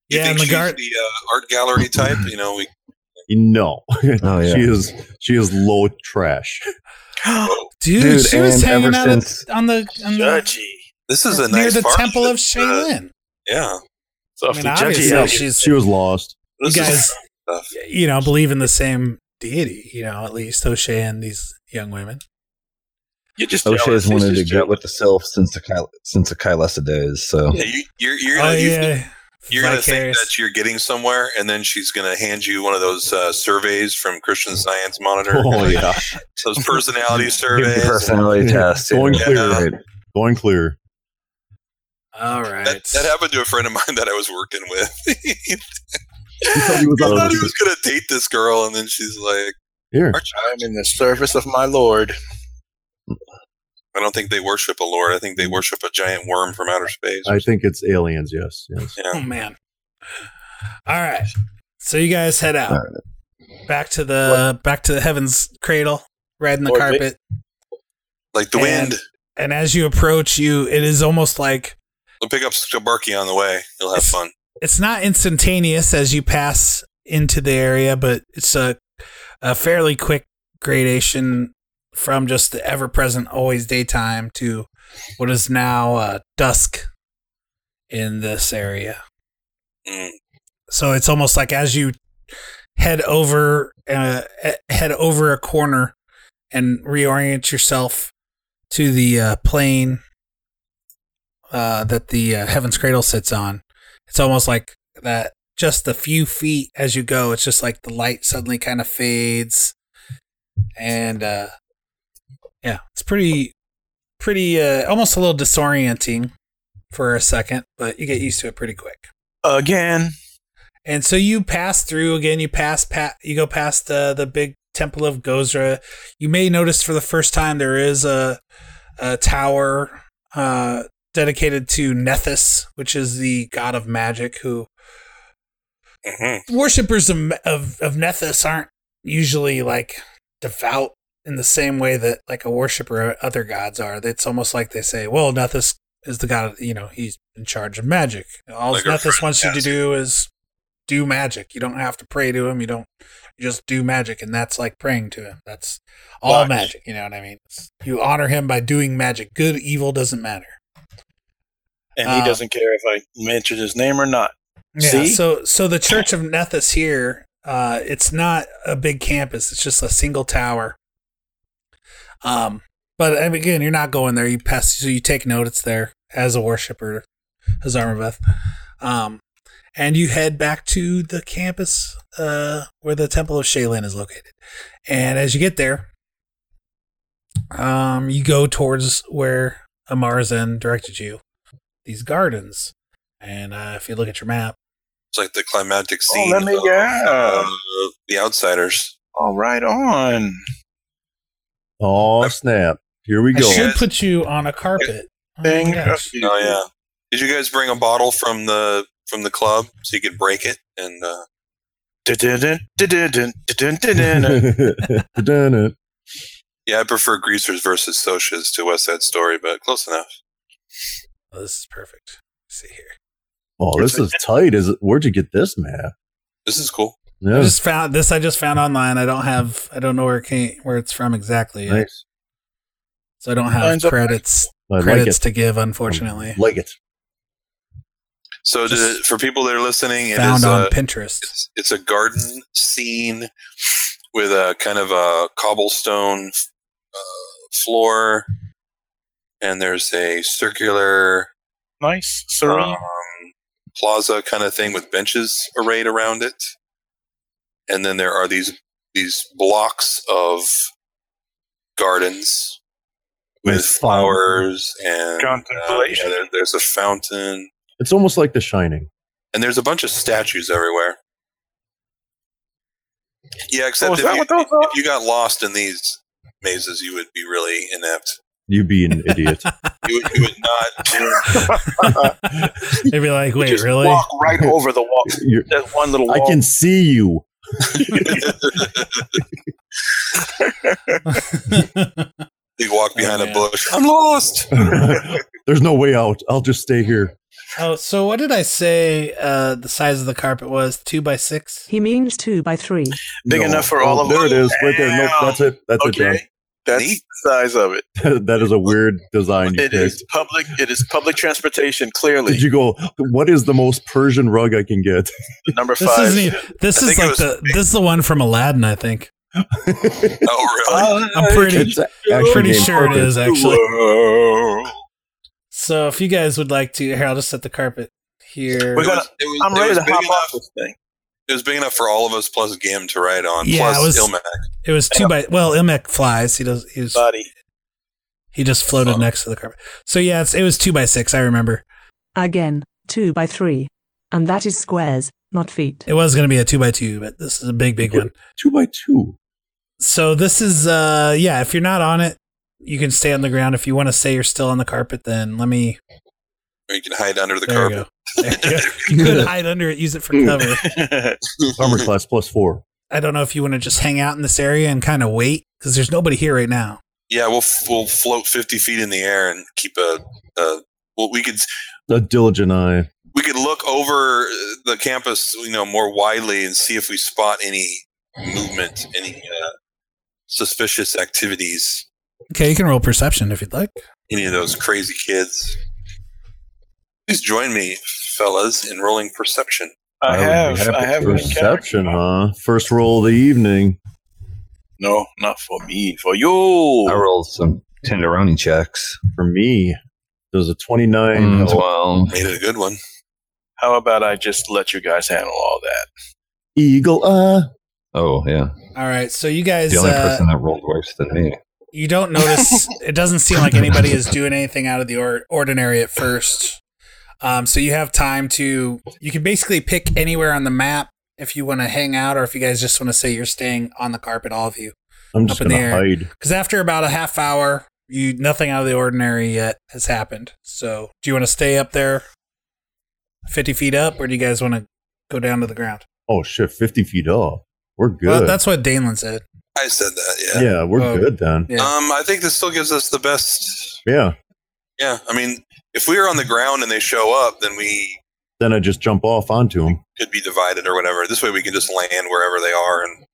You yeah, in think the she's gar- the uh, art gallery type? You know, we No, Oh yeah. she is she is low trash. dude, Dude, She was and hanging ever out at- since- on the on the Judgy. this is a near nice the party. temple of This is, uh, Shaolin. yeah, So I if mean, the obviously, judgy Yeah, Yeah, out, she's- she was lost. You this is guys, stuff. you know, believe in the same deity. You know, at least O'Shea and these young women. you're just O'Shea jealous. has wanted She's to just get with the self since the Ky- since the Kylesa days. So Yeah, you, you're you're gonna, oh you think- yeah, you're gonna think Vicarious. that you're getting somewhere, and then she's gonna hand you one of those uh, surveys from Christian Science Monitor. Oh yeah, Those personality Give the surveys. personality test. Going yeah. clear. Right. going clear. All right. That, that happened to a friend of mine that I was working with. he thought he was I on thought the- he was going to date this girl, and then she's like, Here, "Aren't you- I am in the service of my Lord. I don't think they worship a lord. I think they worship a giant worm from outer space. I think it's aliens. Yes, yes. Oh yeah. man. All right. So you guys head out. All Back to the back to the heaven's cradle, riding the Lord, carpet. Like the And- wind. And as you approach you it is almost like We'll pick up Skabarki on the way. You'll have fun. it's not instantaneous as you pass into the area, but it's a, a fairly quick gradation from just the ever present, always daytime to what is now uh, dusk in this area. Mm. So it's almost like as you head over, uh, he- head over a corner and reorient yourself to the uh, plane uh, that the uh, Heaven's Cradle sits on. It's almost like that. Just a few feet as you go, it's just like the light suddenly kind of fades, and uh, yeah, it's pretty, pretty, uh, almost a little disorienting for a second, but you get used to it pretty quick. Again. And so you pass through again. You pass, pa- you go past uh, the big temple of Gozra. You may notice for the first time there is a, a tower uh, dedicated to Nethys, which is the god of magic. Who Mm-hmm. worshippers of, of of Nethys aren't usually like devout in the same way that like a worshiper of other gods are. It's almost like they say, "Well, Nethys is the god. Of, you know, he's in charge of magic. All Like our Nethys friend wants you to Cassie. do is do magic. You don't have to pray to him. You don't. You just do magic, and that's like praying to him. That's all Watch. magic. You know what I mean? It's- you honor him by doing magic. Good, evil doesn't matter. And Uh, he doesn't care if I mention his name or not. Yeah. See? So so the Church of Nethys here, uh, it's not a big campus. It's just a single tower. Um, but and again, you're not going there. You pass, so you take notice there as a worshiper, as Armaveth. Um, and you head back to the campus uh, where the Temple of Shaylin is located. And as you get there, um, you go towards where Amarzan directed you, these gardens. And uh, if you look at your map, It's like the climactic Oh, scene let me- of, yeah. uh, The Outsiders. All right, on. Oh snap! Here we I go. should put you on a carpet. Thing. Oh yeah. Did you guys bring a bottle from the from the club so you could break it and uh, Dun-dun-dun, dun-dun-dun, dun-dun-dun. Done it. yeah, I prefer Greasers versus Socias to West Side Story, but close enough. Oh, this is perfect. Let's see here. Oh, this is tight. Is it, where'd you get this map? This is cool. Yeah. I just found this. I just found online. I don't have. I don't know where it came, where it's from exactly. yet. Nice. So I don't have Mine's up- credits I like credits it. to give, unfortunately. Like it. So to, for people that are listening, it Found is uh, on uh, a, Pinterest. It's, it's a garden scene with a kind of a cobblestone uh, floor, and there's a circular um, nice serene plaza kind of thing with benches arrayed around it, and then there are these these blocks of gardens with flowers and uh, Contemplation. yeah, there- there's a fountain, It's almost like The Shining. and there's a bunch of statues everywhere. Yeah, except Oh, if, is that you, what those are? if you got lost in these mazes, you would be really inept. You be an idiot. You would, you would not. They'd be like, "Wait, just really?" walk right over the wall. You're- That one little I wall. can see you. you walk behind a bush. I'm lost. There's no way out. I'll just stay here. Oh, so what did I say? Uh, the size of the carpet was two by six. He means two by three. Big No. enough for all Oh, of There them. it is, right there. Nope, that's it. That's okay. it. That's the size of it. Dan. that is a weird design. You It picked. is public. It is public transportation. Clearly, Did you go? What is the most Persian rug I can get? number This five. isn't. Even, this I is think it like was the. This is the one from Aladdin, I think. oh really? I'm pretty. It's actually pretty named sure it Persian. is actually. So if you guys would like to, here I'll just set the carpet here. We're gonna, It was- I'm it ready was to big hop enough- off this thing. It was big enough for all of us plus Gim to ride on. Yeah, plus it was- Ilmac. It was two by. Well, Ilmek flies. He does. He was, Body. He just floated next to the carpet. So yeah, it's, it was two by six. I remember Again, two by three. And that is squares, not feet. it was going to be a two by two, but this is a big, big one. Two by two. So this is uh yeah. If you're not on it, you can stay on the ground. If you want to say you're still on the carpet, then let me. Or you can hide under the There you carpet. You could hide under it, use it for cover. Armor Hmm. class plus four. I don't know if you want to just hang out in this area and kind of wait because there's nobody here right now. Yeah, we'll f- we'll float fifty feet in the air and keep a. a well, we could. A diligent eye. we could look over uh, the campus, you know, more widely and see if we spot any movement, any uh, suspicious activities, Okay, you can roll perception if you'd like. any of those crazy kids. Please join me, fellas, in rolling perception. I have, I have an encounter. Perception, huh? First roll of the evening. No, not for me, for you. I rolled some tenderoni checks. For me, there's a 29. Hmm. Mm, well, Made it a good one. How about I just let you guys handle all that? Eagle uh, eye. Oh yeah, All right, so you guys, the only uh, person that rolled worse than me. you don't notice. it doesn't seem like anybody is doing anything out of the or- ordinary at first. Um, so you have time to. You can basically pick anywhere on the map if you want to hang out, or if you guys just want to say you're staying on the carpet, all of you. I'm just Up in gonna the air. hide. Because after about a half hour, you nothing out of the ordinary yet has happened. So do you want to stay up there, fifty feet up, or do you guys want to go down to the ground? Oh shit, 50 feet up. We're good. Well, that's what Danelin said. I said that, yeah. yeah. we're Oh. good then. Yeah. Um, I think this still gives us the best. Yeah. Yeah, I mean, if we were on the ground and they show up, then we Then I just jump off onto him. could be divided or whatever. This way, we can just land wherever they are, and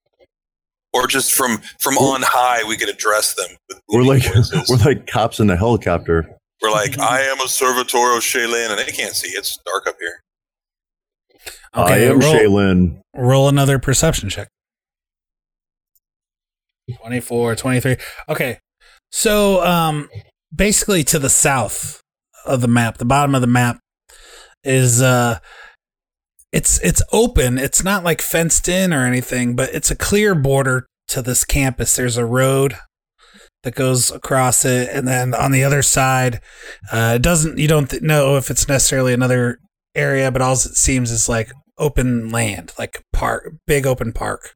or just from from on high, we could address them. With We're like voices. we're like cops in a helicopter. we're like, I am a servitor of Shaylin, and they can't see. It's dark up here. I am roll, Shaylin. roll another perception check. 24, 23. Okay. So um basically to the south of the map, the bottom of the map is uh it's it's open. It's not like fenced in or anything, but it's a clear border to this campus. There's a road that goes across it and then on the other side uh it doesn't you don't th- know if it's necessarily another area, but all it seems is like open land, like park, big open park.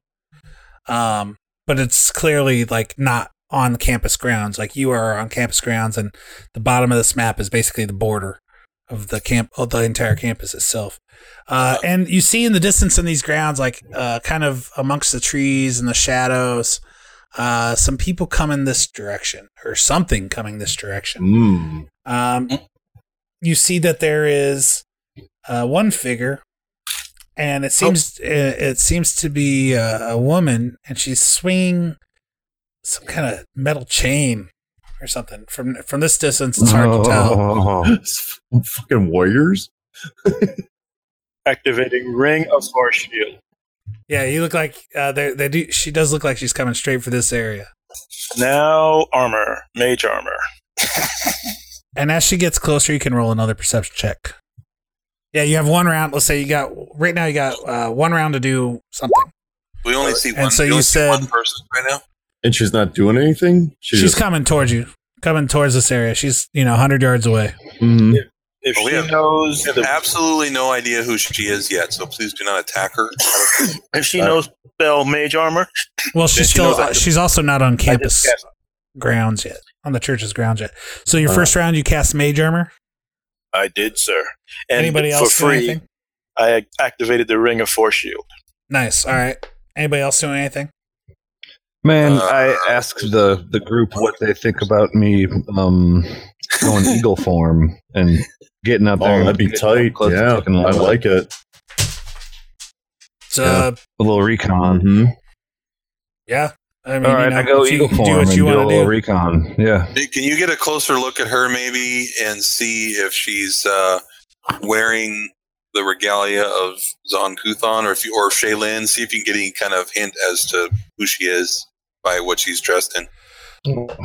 Um, but it's clearly like not on campus grounds. Like you are on campus grounds, and the bottom of this map is basically the border of the camp, of the entire campus itself. Uh, and you see in the distance in these grounds, like uh, kind of amongst the trees and the shadows, uh, some people coming this direction or something coming this direction. Mm. Um, you see that there is uh, one figure, and it seems it, it seems to be uh, a woman, and she's swinging some kind of metal chain or something. From from this distance, it's hard to Oh. tell. Fucking warriors. Activating Ring of Force Shield. Yeah, you look like uh, they they do. She does look like she's coming straight for this area. Now armor, mage armor. And as she gets closer, you can roll another perception check. Yeah, you have one round. Let's say you got right now. You got uh, one round to do something. We only see And one. so we you only said- see one person right now. And she's not doing anything. She She's just, coming towards you. Coming towards this area. She's you know hundred yards away. Mhm. If Oh, she yeah. knows, We have the, absolutely no idea who she is yet, so please do not attack her. if she knows spell mage armor, Well, she's she still knows I uh, just- she's also not on I just campus cast- grounds yet, on the church's grounds yet. So Uh-huh. your first round, you cast mage armor. I did, sir. And Anybody for else do free, anything? I ac- activated the Ring of Force Shield. Nice. All right. Anybody else doing anything? Man, Uh, I asked the the group what they think about me um going eagle form and getting up there. Oh, that'd be and tight. close to yeah, taking a I little- like it. So yeah, a little recon. Mm-hmm. I mean, All right, you know, I go if you eagle do form what and you do a want to little do. recon. Yeah, Hey, Can you get a closer look at her, maybe, and see if she's uh, wearing the regalia of Zon Kuthon or if you, or Shaylin? See if you can get any kind of hint as to who she is by what she's dressed in.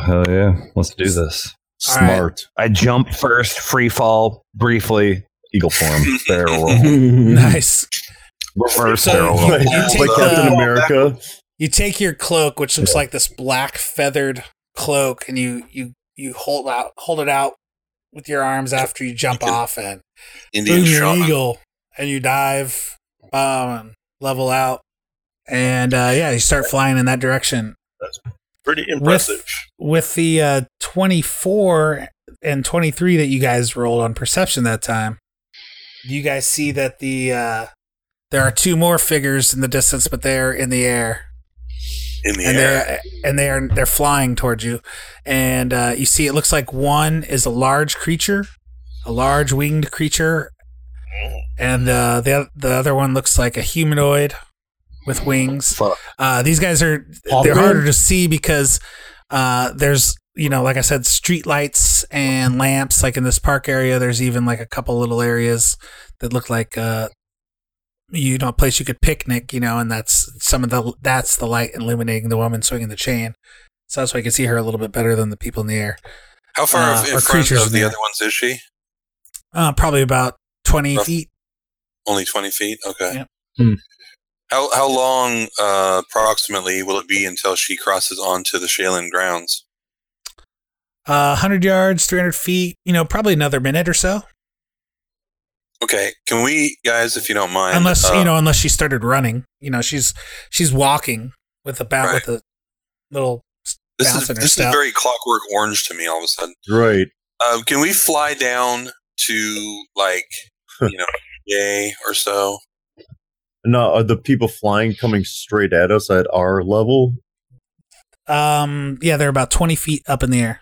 hell yeah, let's do this. All right. Smart. I jump first, free fall briefly, eagle form, barrel roll, nice. reverse So- barrel roll. like take like Captain the- America. You take your cloak, which looks like this black feathered cloak, and you you you hold out hold it out with your arms after you jump off and Indian boom, you're an shaman. eagle, and you dive, um, level out, and uh, yeah, you start flying in that direction. Pretty impressive. With the uh, 24 and 23 that you guys rolled on perception that time, you guys see that the uh, there are two more figures in the distance, but they're in the air in the and air. they're and they're they're flying towards you, and uh, you see it looks like one is a large creature, a large winged creature, and uh, the oth- the other one looks like a humanoid with wings. Uh, these guys are they're Aquaman? harder to see because uh, there's you know like I said street lights and lamps like in this park area. There's even like a couple little areas that look like uh, you know a place you could picnic. You know, and that's some of the that's the light illuminating the woman swinging the chain. So that's why you can see her a little bit better than the people in the air. How far Uh, of- or in front creatures of in the there. other ones is she? Uh, probably about twenty feet. Only twenty feet. Okay. Hmm. How how long uh, approximately will it be until she crosses onto the Shalen grounds? Uh, 100 yards, 300 feet, you know, probably another minute or so. Okay. Can we, guys, if you don't mind, unless uh, you know unless she started running you know she's she's walking with a bat with a little s- this bounce is in her this step is very Clockwork Orange to me. All of a sudden. Right. Uh, can we fly down to like you know yay or so? No, are uh, the people flying coming straight at us at our level? um yeah they're about 20 feet up in the air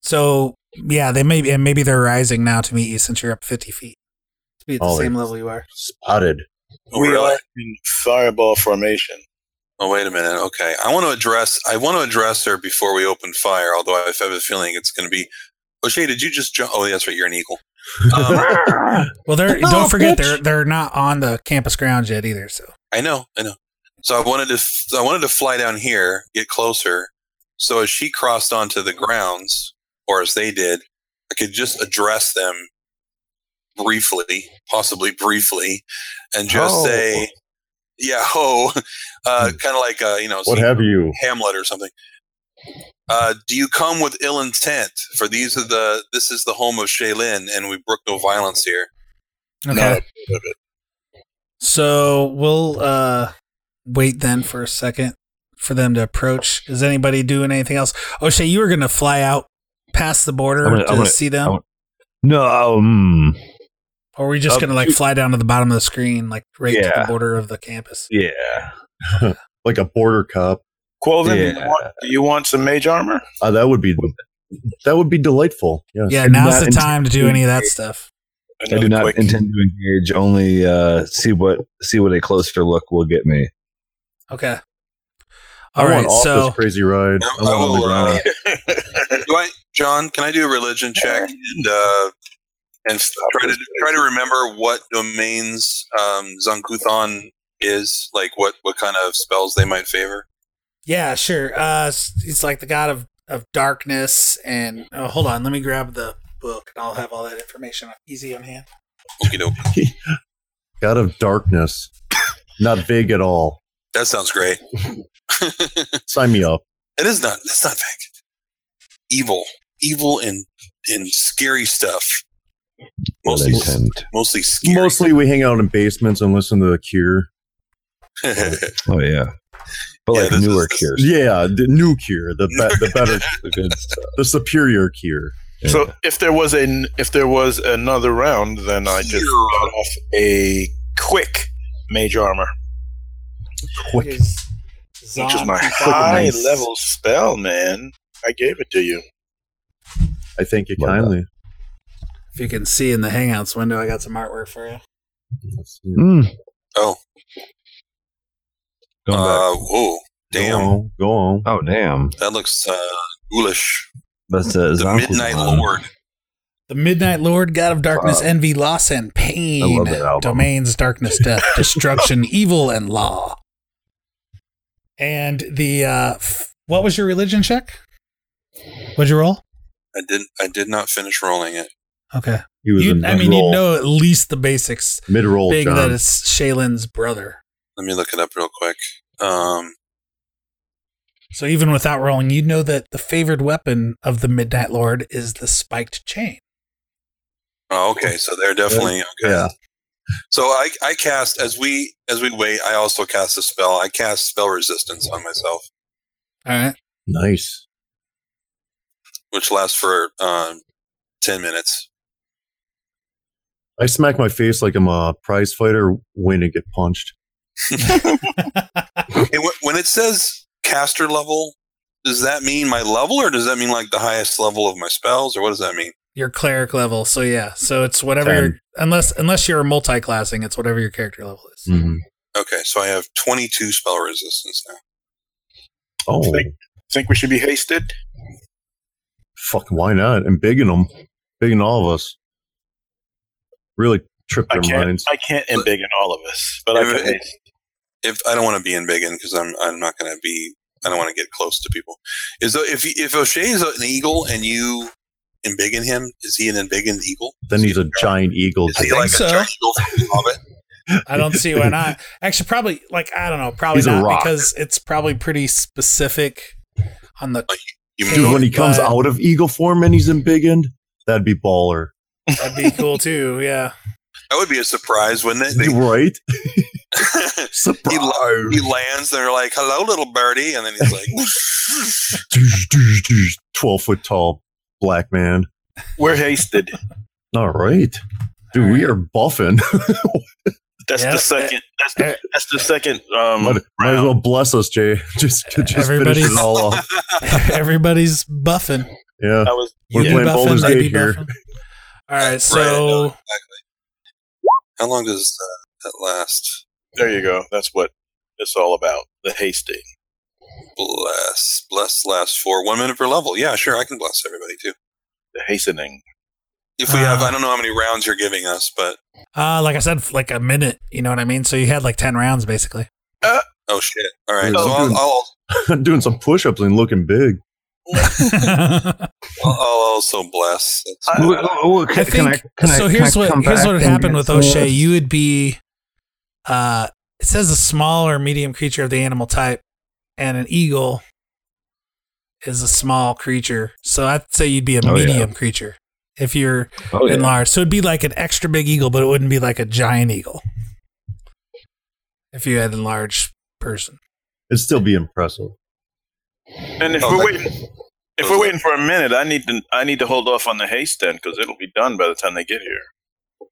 so yeah they may be and maybe they're rising now to meet you since you're up 50 feet to be at the Oh, same they- level you are Spotted. We are in fireball formation. Oh wait a minute. Okay, I want to address I want to address her before we open fire. Although I have a feeling it's going to be O'Shea. Did you just jump? Oh, that's right. You're an eagle. Um, well they're Oh, don't forget bitch. they're they're not on the campus grounds yet either so I know. I know. So I wanted to f- I wanted to fly down here, get closer. So as she crossed onto the grounds, or as they did, I could just address them briefly, possibly briefly, and just Ho. Hmm. say, "Yeah, ho," uh, kind of like uh, you know, What see have you? Hamlet or something. Uh, do you come with ill intent? For these are the this is the home of Shaylin, and we brook no violence here. okay so we'll uh wait then for a second for them to approach is anybody doing anything else o'shea you were gonna fly out past the border I'm gonna- to I'm gonna- see them I'm- No, um, Or are we just Uh, gonna like fly down to the bottom of the screen, like right to the border of the campus? yeah. like a border cop. Quoven, do you want, do you want some mage armor? Uh, that would be that would be delightful. Yes. Yeah, I do now's not the time to do intend- any of that stuff. I do not intend to engage. Only uh, see what see what a closer look will get me. Okay. I All want right, off so this crazy ride. I I want on the will, uh, ground. do I, John? Can I do a religion check and uh, and f- try to try to remember what domains um, Zankuthon is like? What what kind of spells they might favor? yeah, sure. Uh, s- he's like the god of of darkness, and oh, hold on, let me grab the book, and I'll have all that information easy on hand. Okie doke. God of darkness. Not vague at all. That sounds great. Sign me up. It is not. That's not vague. Evil, evil, and and scary stuff. Mostly, mostly scary. Mostly we hang out in basements and listen to The Cure. Oh yeah. But like newer cures. Yeah, the new Cure, the be- the better, the superior Cure. So if there was an if there was another round, then I just got off a quick mage armor, Quick. which is my high level spell, man. I gave it to you. I thank you kindly. If you can see in the Hangouts window, I got some artwork for you. Mm. Oh. Uh, whoa, damn. Go on. Oh damn. That looks uh, ghoulish. That's uh, The Zanku Midnight Khan. Lord. The Midnight Lord, God of Darkness, Fuck. Envy, Loss, and Pain. I love that album. Domains, Darkness, Death, Destruction, Evil, and Law. And the, uh, f- what was your religion check? What'd you roll? I didn't. I did not finish rolling it. Okay. He was You, in I mean, you mid-roll. know at least the basics. Mid-roll, Being John. that it's Shaylin's brother. Let me look it up real quick. Um, So even without rolling, you know that the favored weapon of the Midnight Lord is the spiked chain. oh, okay, so they're definitely okay. Yeah. So I, I cast as we as we wait. I also cast a spell. I cast spell resistance on myself, All right. Nice. which lasts for um, ten minutes. I smack my face like I'm a prize fighter waiting to get punched. Hey, wh- when it says caster level, does that mean my level, or does that mean like the highest level of my spells, or what does that mean? your cleric level. So yeah, so it's whatever Ten. your unless unless you're multi-classing, it's whatever your character level is. Mm. Mm-hmm. Okay, so I have 22 spell resistance now. Oh, Think, think we should be hasted? fuck! Why not? And bigging them, bigging all of us. Really trip I their can't. minds. I can't embiggen all of us, but I If- can. If I don't want to be in Biggin because I'm I'm not going to be I don't want to get close to people. Is the- if if O'Shea is an eagle and you embiggen him, is he an embiggened eagle? Then he's a giant eagle. Is he like a giant eagle from the Hobbit? I don't see why not. Actually, probably like I don't know, probably He's a not rock. because it's probably pretty specific on the. Dude, when he comes but out of eagle form and he's in big end, that'd be baller, that'd be cool too. Yeah, That would be a surprise, wouldn't it? They- right? he, la- he lands, and they're like, "Hello, little birdie," and then he's like, Twelve foot tall black man. We're hasted. All right, dude, we are buffing. That's the second. That's the, that's the second. Um, might, might as well bless us, Jay. Just, just finish Everybody's- it all off. everybody's buffing. Yeah, I was- we're You playing buffing, Baldur's they Gate be here. buffing. All right, so "How long does uh, that, that last?" There you go. That's what it's all about. The hasting. Bless, bless lasts for one minute per level. Yeah, sure, I can bless everybody too. The hastening. If we Ah. have, I don't know how many rounds you're giving us, but uh, like I said, like a minute. You know what I mean? So you had like ten rounds basically. oh shit! All right, Dude, so I'm I'll, doing- I'll I'm doing some push-ups and looking big. I'll, I'll also bless. That's- I think so. Here's what here's what had happened with O'Shea. You would be, uh, it says a small or medium creature of the animal type, and an eagle is a small creature. So I'd say you'd be a Oh, yeah. medium creature if you're Oh, yeah. enlarged. So it'd be like an extra big eagle, but it wouldn't be like a giant eagle if you had enlarged person. It'd still be impressive. And if we're waiting, if we're waiting for a minute, I need to. I need to hold off on the haste then because it'll be done by the time they get here.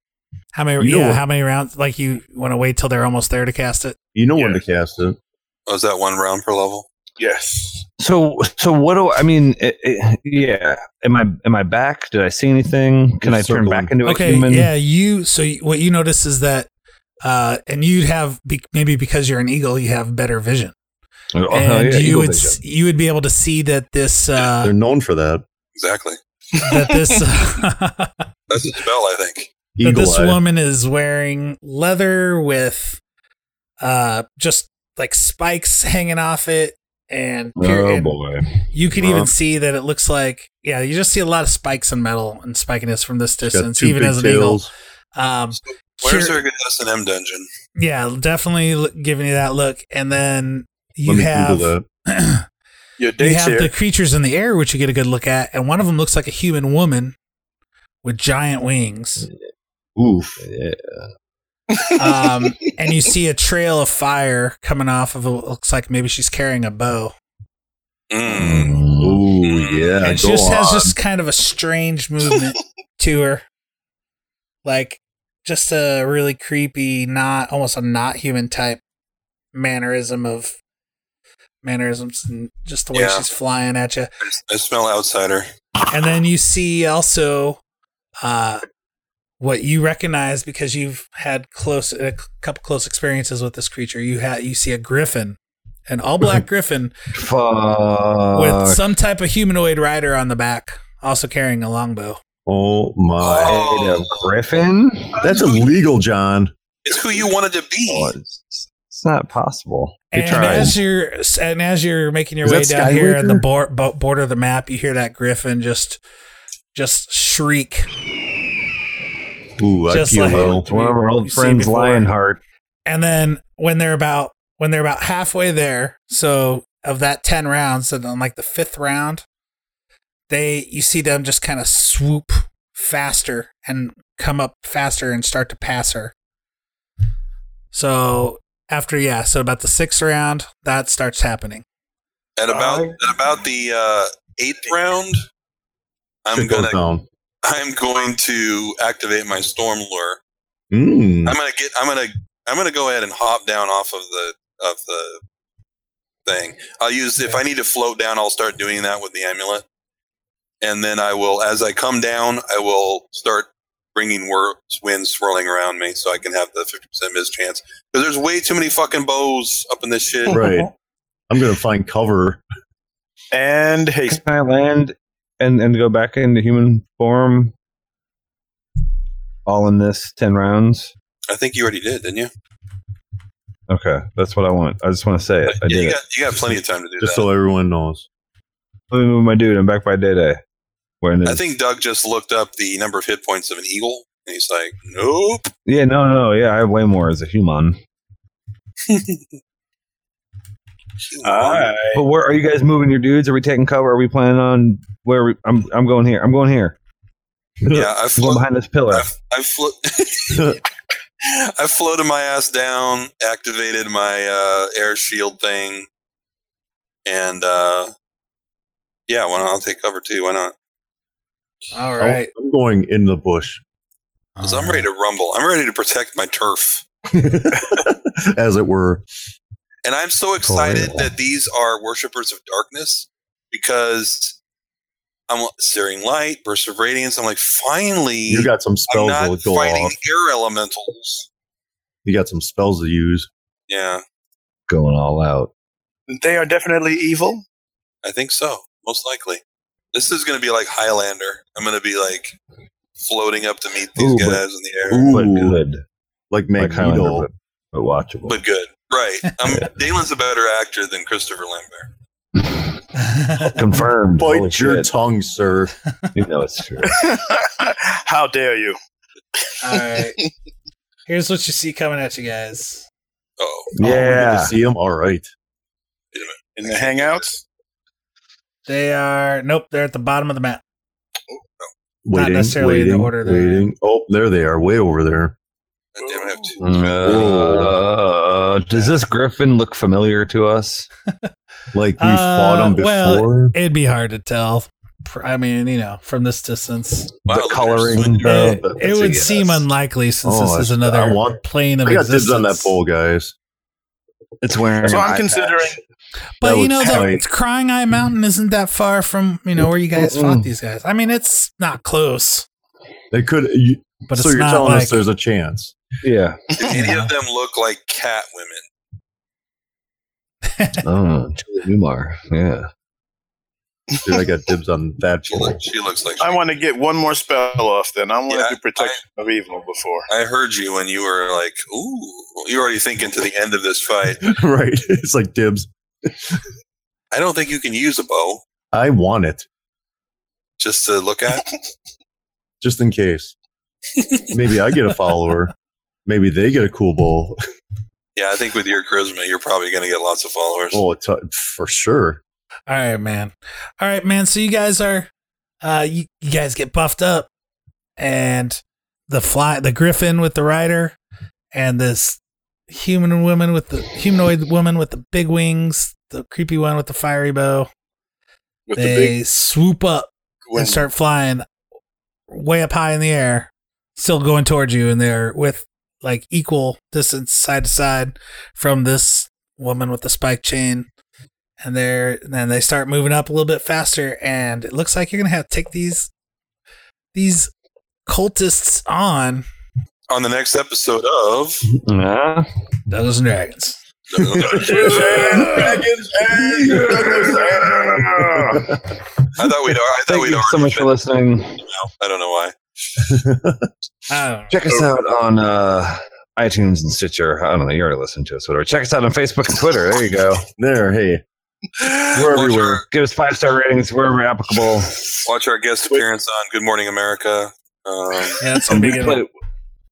How many? You know yeah, what- how many rounds? Like you want to wait till they're almost there to cast it? You know when to cast it. Was Oh, that one round per level? Yes. So so what do I mean? It, it, yeah, am I am I back? Did I see anything? Can I turn back into a okay, human? yeah, you. So y- what you notice is that, uh, and you'd have be, maybe because you're an eagle, you have better vision, Oh, hell and yeah, you eagle would vision. s you would be able to see that this uh, They're known for that. Exactly. that this That's a spell, I think. that this woman is wearing leather with, uh, just like spikes hanging off it, and, pier- Oh, and Oh, boy. you could Uh, even see that it looks like yeah, you just see a lot of spikes and metal and spikiness from this got distance, two even big as an tails. eagle. Um, Where's cur- our good S&M dungeon? Yeah, definitely look, giving you that look, and then you Let me have Google Your you date's have here. the creatures in the air, which you get a good look at, and one of them looks like a human woman with giant wings, that. Oof. um, and you see a trail of fire coming off of. It looks like maybe she's carrying a bow, Mm. Mm. Hmm. Ooh, yeah. and she Uh, go just has on. just kind of a strange movement to her, like just a really creepy, not almost a not human type mannerism of mannerisms, and just the way Yeah. she's flying at you. I smell outsider. And then you see also uh, what you recognize because you've had close a c- couple close experiences with this creature. You ha- you see a griffin, an all black griffin Fuck. Uh, with some type of humanoid rider on the back, also carrying a longbow. oh my! Oh. Wait, a griffin? That's illegal, John. It's who you wanted to be. Oh, it's, it's not possible. You And tried. as you're and as you're making your Is way that down here in the Skywalker? bor- bo- border of the map, you hear that griffin just just shriek, Ooh, I Just feel like- low. It's one of our you old see friends, before. Lionheart. and then when they're about when they're about halfway there, so of that ten rounds, and on like the fifth round, they you see them just kind of swoop faster and come up faster and start to pass her. So after yeah, so about the sixth round, that starts happening. At about at about the uh, eighth round, I'm Shit goes gonna down. I'm going to activate my storm lure. Mm. I'm gonna get I'm gonna I'm gonna go ahead and hop down off of the of the thing. I'll use if I need to float down, I'll start doing that with the amulet. and then I will, as I come down, I will start bringing whir- wind swirling around me so I can have the fifty percent miss chance. Because there's way too many fucking bows up in this shit. Right. I'm gonna find cover. And haste. Can I land and, and go back into human form? All in this 10 rounds? I think you already did, didn't you? Okay, that's what I want. I just want to say it. I yeah, did you it. got you got plenty of time to do Just that. so everyone knows. Let me move my dude. I'm back by day day. Where I think Doug just looked up the number of hit points of an eagle, and he's like, "Nope." Yeah, no, no, yeah. I have way more as a human. Ah. Um, But where are you guys moving your dudes? Are we taking cover? Are we planning on where? Are we, I'm I'm going here. I'm going here. Yeah, I I'm going behind this pillar. I float. Oh, I floated my ass down, activated my uh, air shield thing, and uh, yeah, why not? I'll take cover too. Why not? All right. I'm going in the bush Oh. 'Cause I'm ready to rumble. I'm ready to protect my turf, as it were. and I'm so excited that these are worshippers of darkness because I'm searing light, burst of radiance. I'm like, finally, You got some I'm spells not that'll go fighting off. air elementals. You got some spells to use. Yeah, Going all out. They are definitely evil. I think so. Most likely, this is going to be like Highlander. I'm going to be like floating up to meet these Ooh, guys but- in the air. but good. Like Magneto, but, but watchable. but good. Right. Um, Dalen's a better actor than Christopher Lambert. Confirmed. Bite your tongue, sir. you know it's true. How dare you? All right. Here's what you see coming at you guys. Oh, yeah. see him. All right. In the hangouts? They are nope. They're at the bottom of the map. Waiting, necessarily in the waiting, order they're waiting. Oh, there they are. Way over there. Uh, does this griffin look familiar to us? like we Uh, Well, it'd be hard to tell. Pr- I mean, you know, from this distance, the coloring. it, it would seem unlikely since Oh, this is I- another I want- plane of I got dibs existence. on that pole, guys. It's wearing. So I'm considering. But That you was know, the, tight. Crying Eye Mountain isn't that far from you know where you guys fought these guys. I mean, it's not close. They could. You, But so it's you're not telling like- us there's a chance. Yeah. Do any of them look like cat women? oh, Julie Newmar. Yeah. Dude, I got dibs on that She, pole. look, she looks like. I want to get one more spell off then. I want Yeah, to do protection of evil before. I heard you when you were like, "Ooh, you're already thinking to the end of this fight." right. It's like dibs. I don't think you can use a bow I want it just to look at. just in case. Maybe I get a follower. Maybe they get a cool bowl. yeah, I think with your charisma, you're probably going to get lots of followers. Oh, t- for sure. All right, man. All right, man. So you guys are, uh, you, you guys get buffed up, and the fly, the griffin with the rider, and this human woman with the humanoid woman with the big wings, the creepy one with the fiery bow. With the they big swoop up wing. and start flying way up high in the air, still going towards you, and they're with like equal distance side to side from this woman with the spike chain. And they're then they start moving up a little bit faster, and it looks like you're gonna have to take these these cultists on On the next episode of Yeah. Douglas and Dragons. I thought we'd. I thought Thank we'd you already. so much for listening. I don't know why. Check us out on uh, iTunes and Stitcher. I don't know. You already listened to us, whatever. Check us out on Facebook and Twitter. There you go. There, hey. We're everywhere. Give us five star ratings wherever applicable. Watch our guest appearance on Good Morning America. Um, Yeah, that's And we big play one.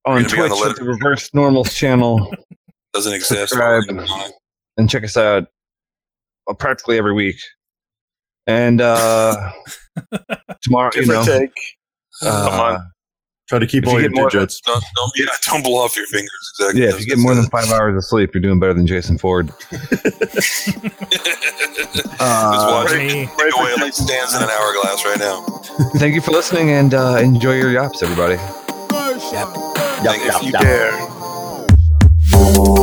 on We're gonna be on Twitch the with the Reverse Normals channel. doesn't exist. Subscribe and check us out uh, practically every week. And uh, tomorrow, you Give or know, take. uh, Come on. Try to keep If you all your get more- digits. Don't, don't, yeah, don't blow off your fingers. Exactly. yeah, if you get more than five hours of sleep, you're doing better than Jason Ford. Just Uh, watching it take away like stands in an hourglass right now. thank you for listening and uh, enjoy your yaps, everybody. Like, if you dare. Thank you.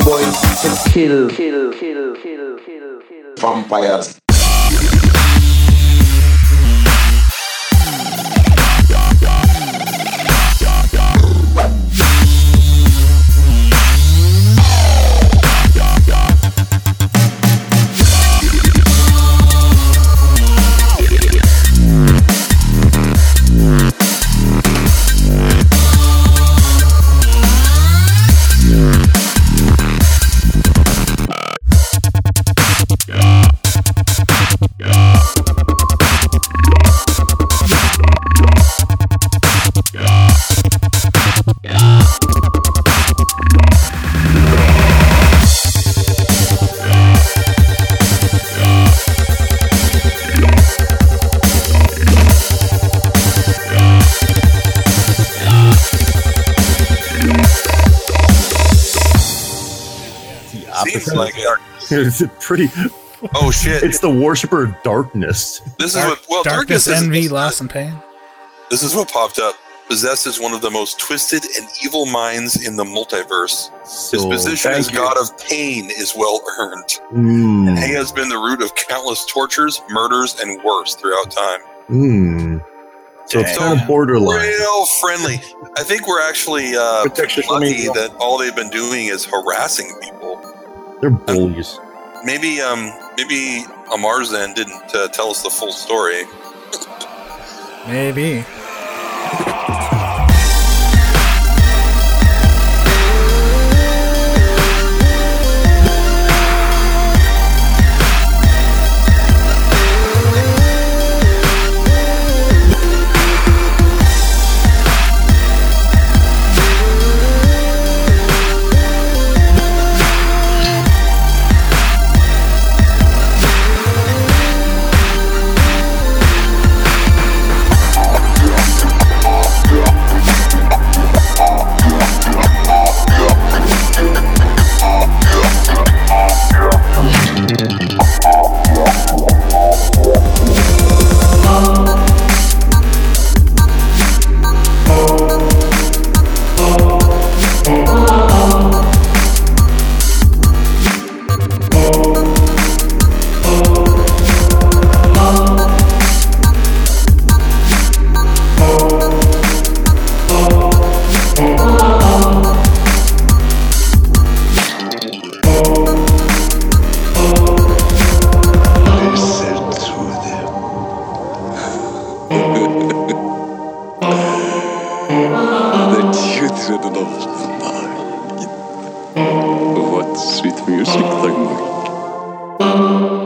kill, kill, kill, kill, kill, kill. Vampires. Seems like it. it's a pretty. Oh shit! It's the worshiper of darkness. This is what well darkness, darkness, is. envy, loss, and pain. This is what popped up. Possessed is one of the most twisted and evil minds in the multiverse. His So, position as thank god of pain is well earned. Mm. He has been the root of countless tortures, murders, and worse throughout time. Mm. So it's kind of borderline. Real friendly. I think we're actually uh, lucky that all they've been doing is harassing people. They're bullies. Maybe, um, maybe Amarzen didn't uh, tell us the full story. Maybe. The children of the night. What sweet music, thank you.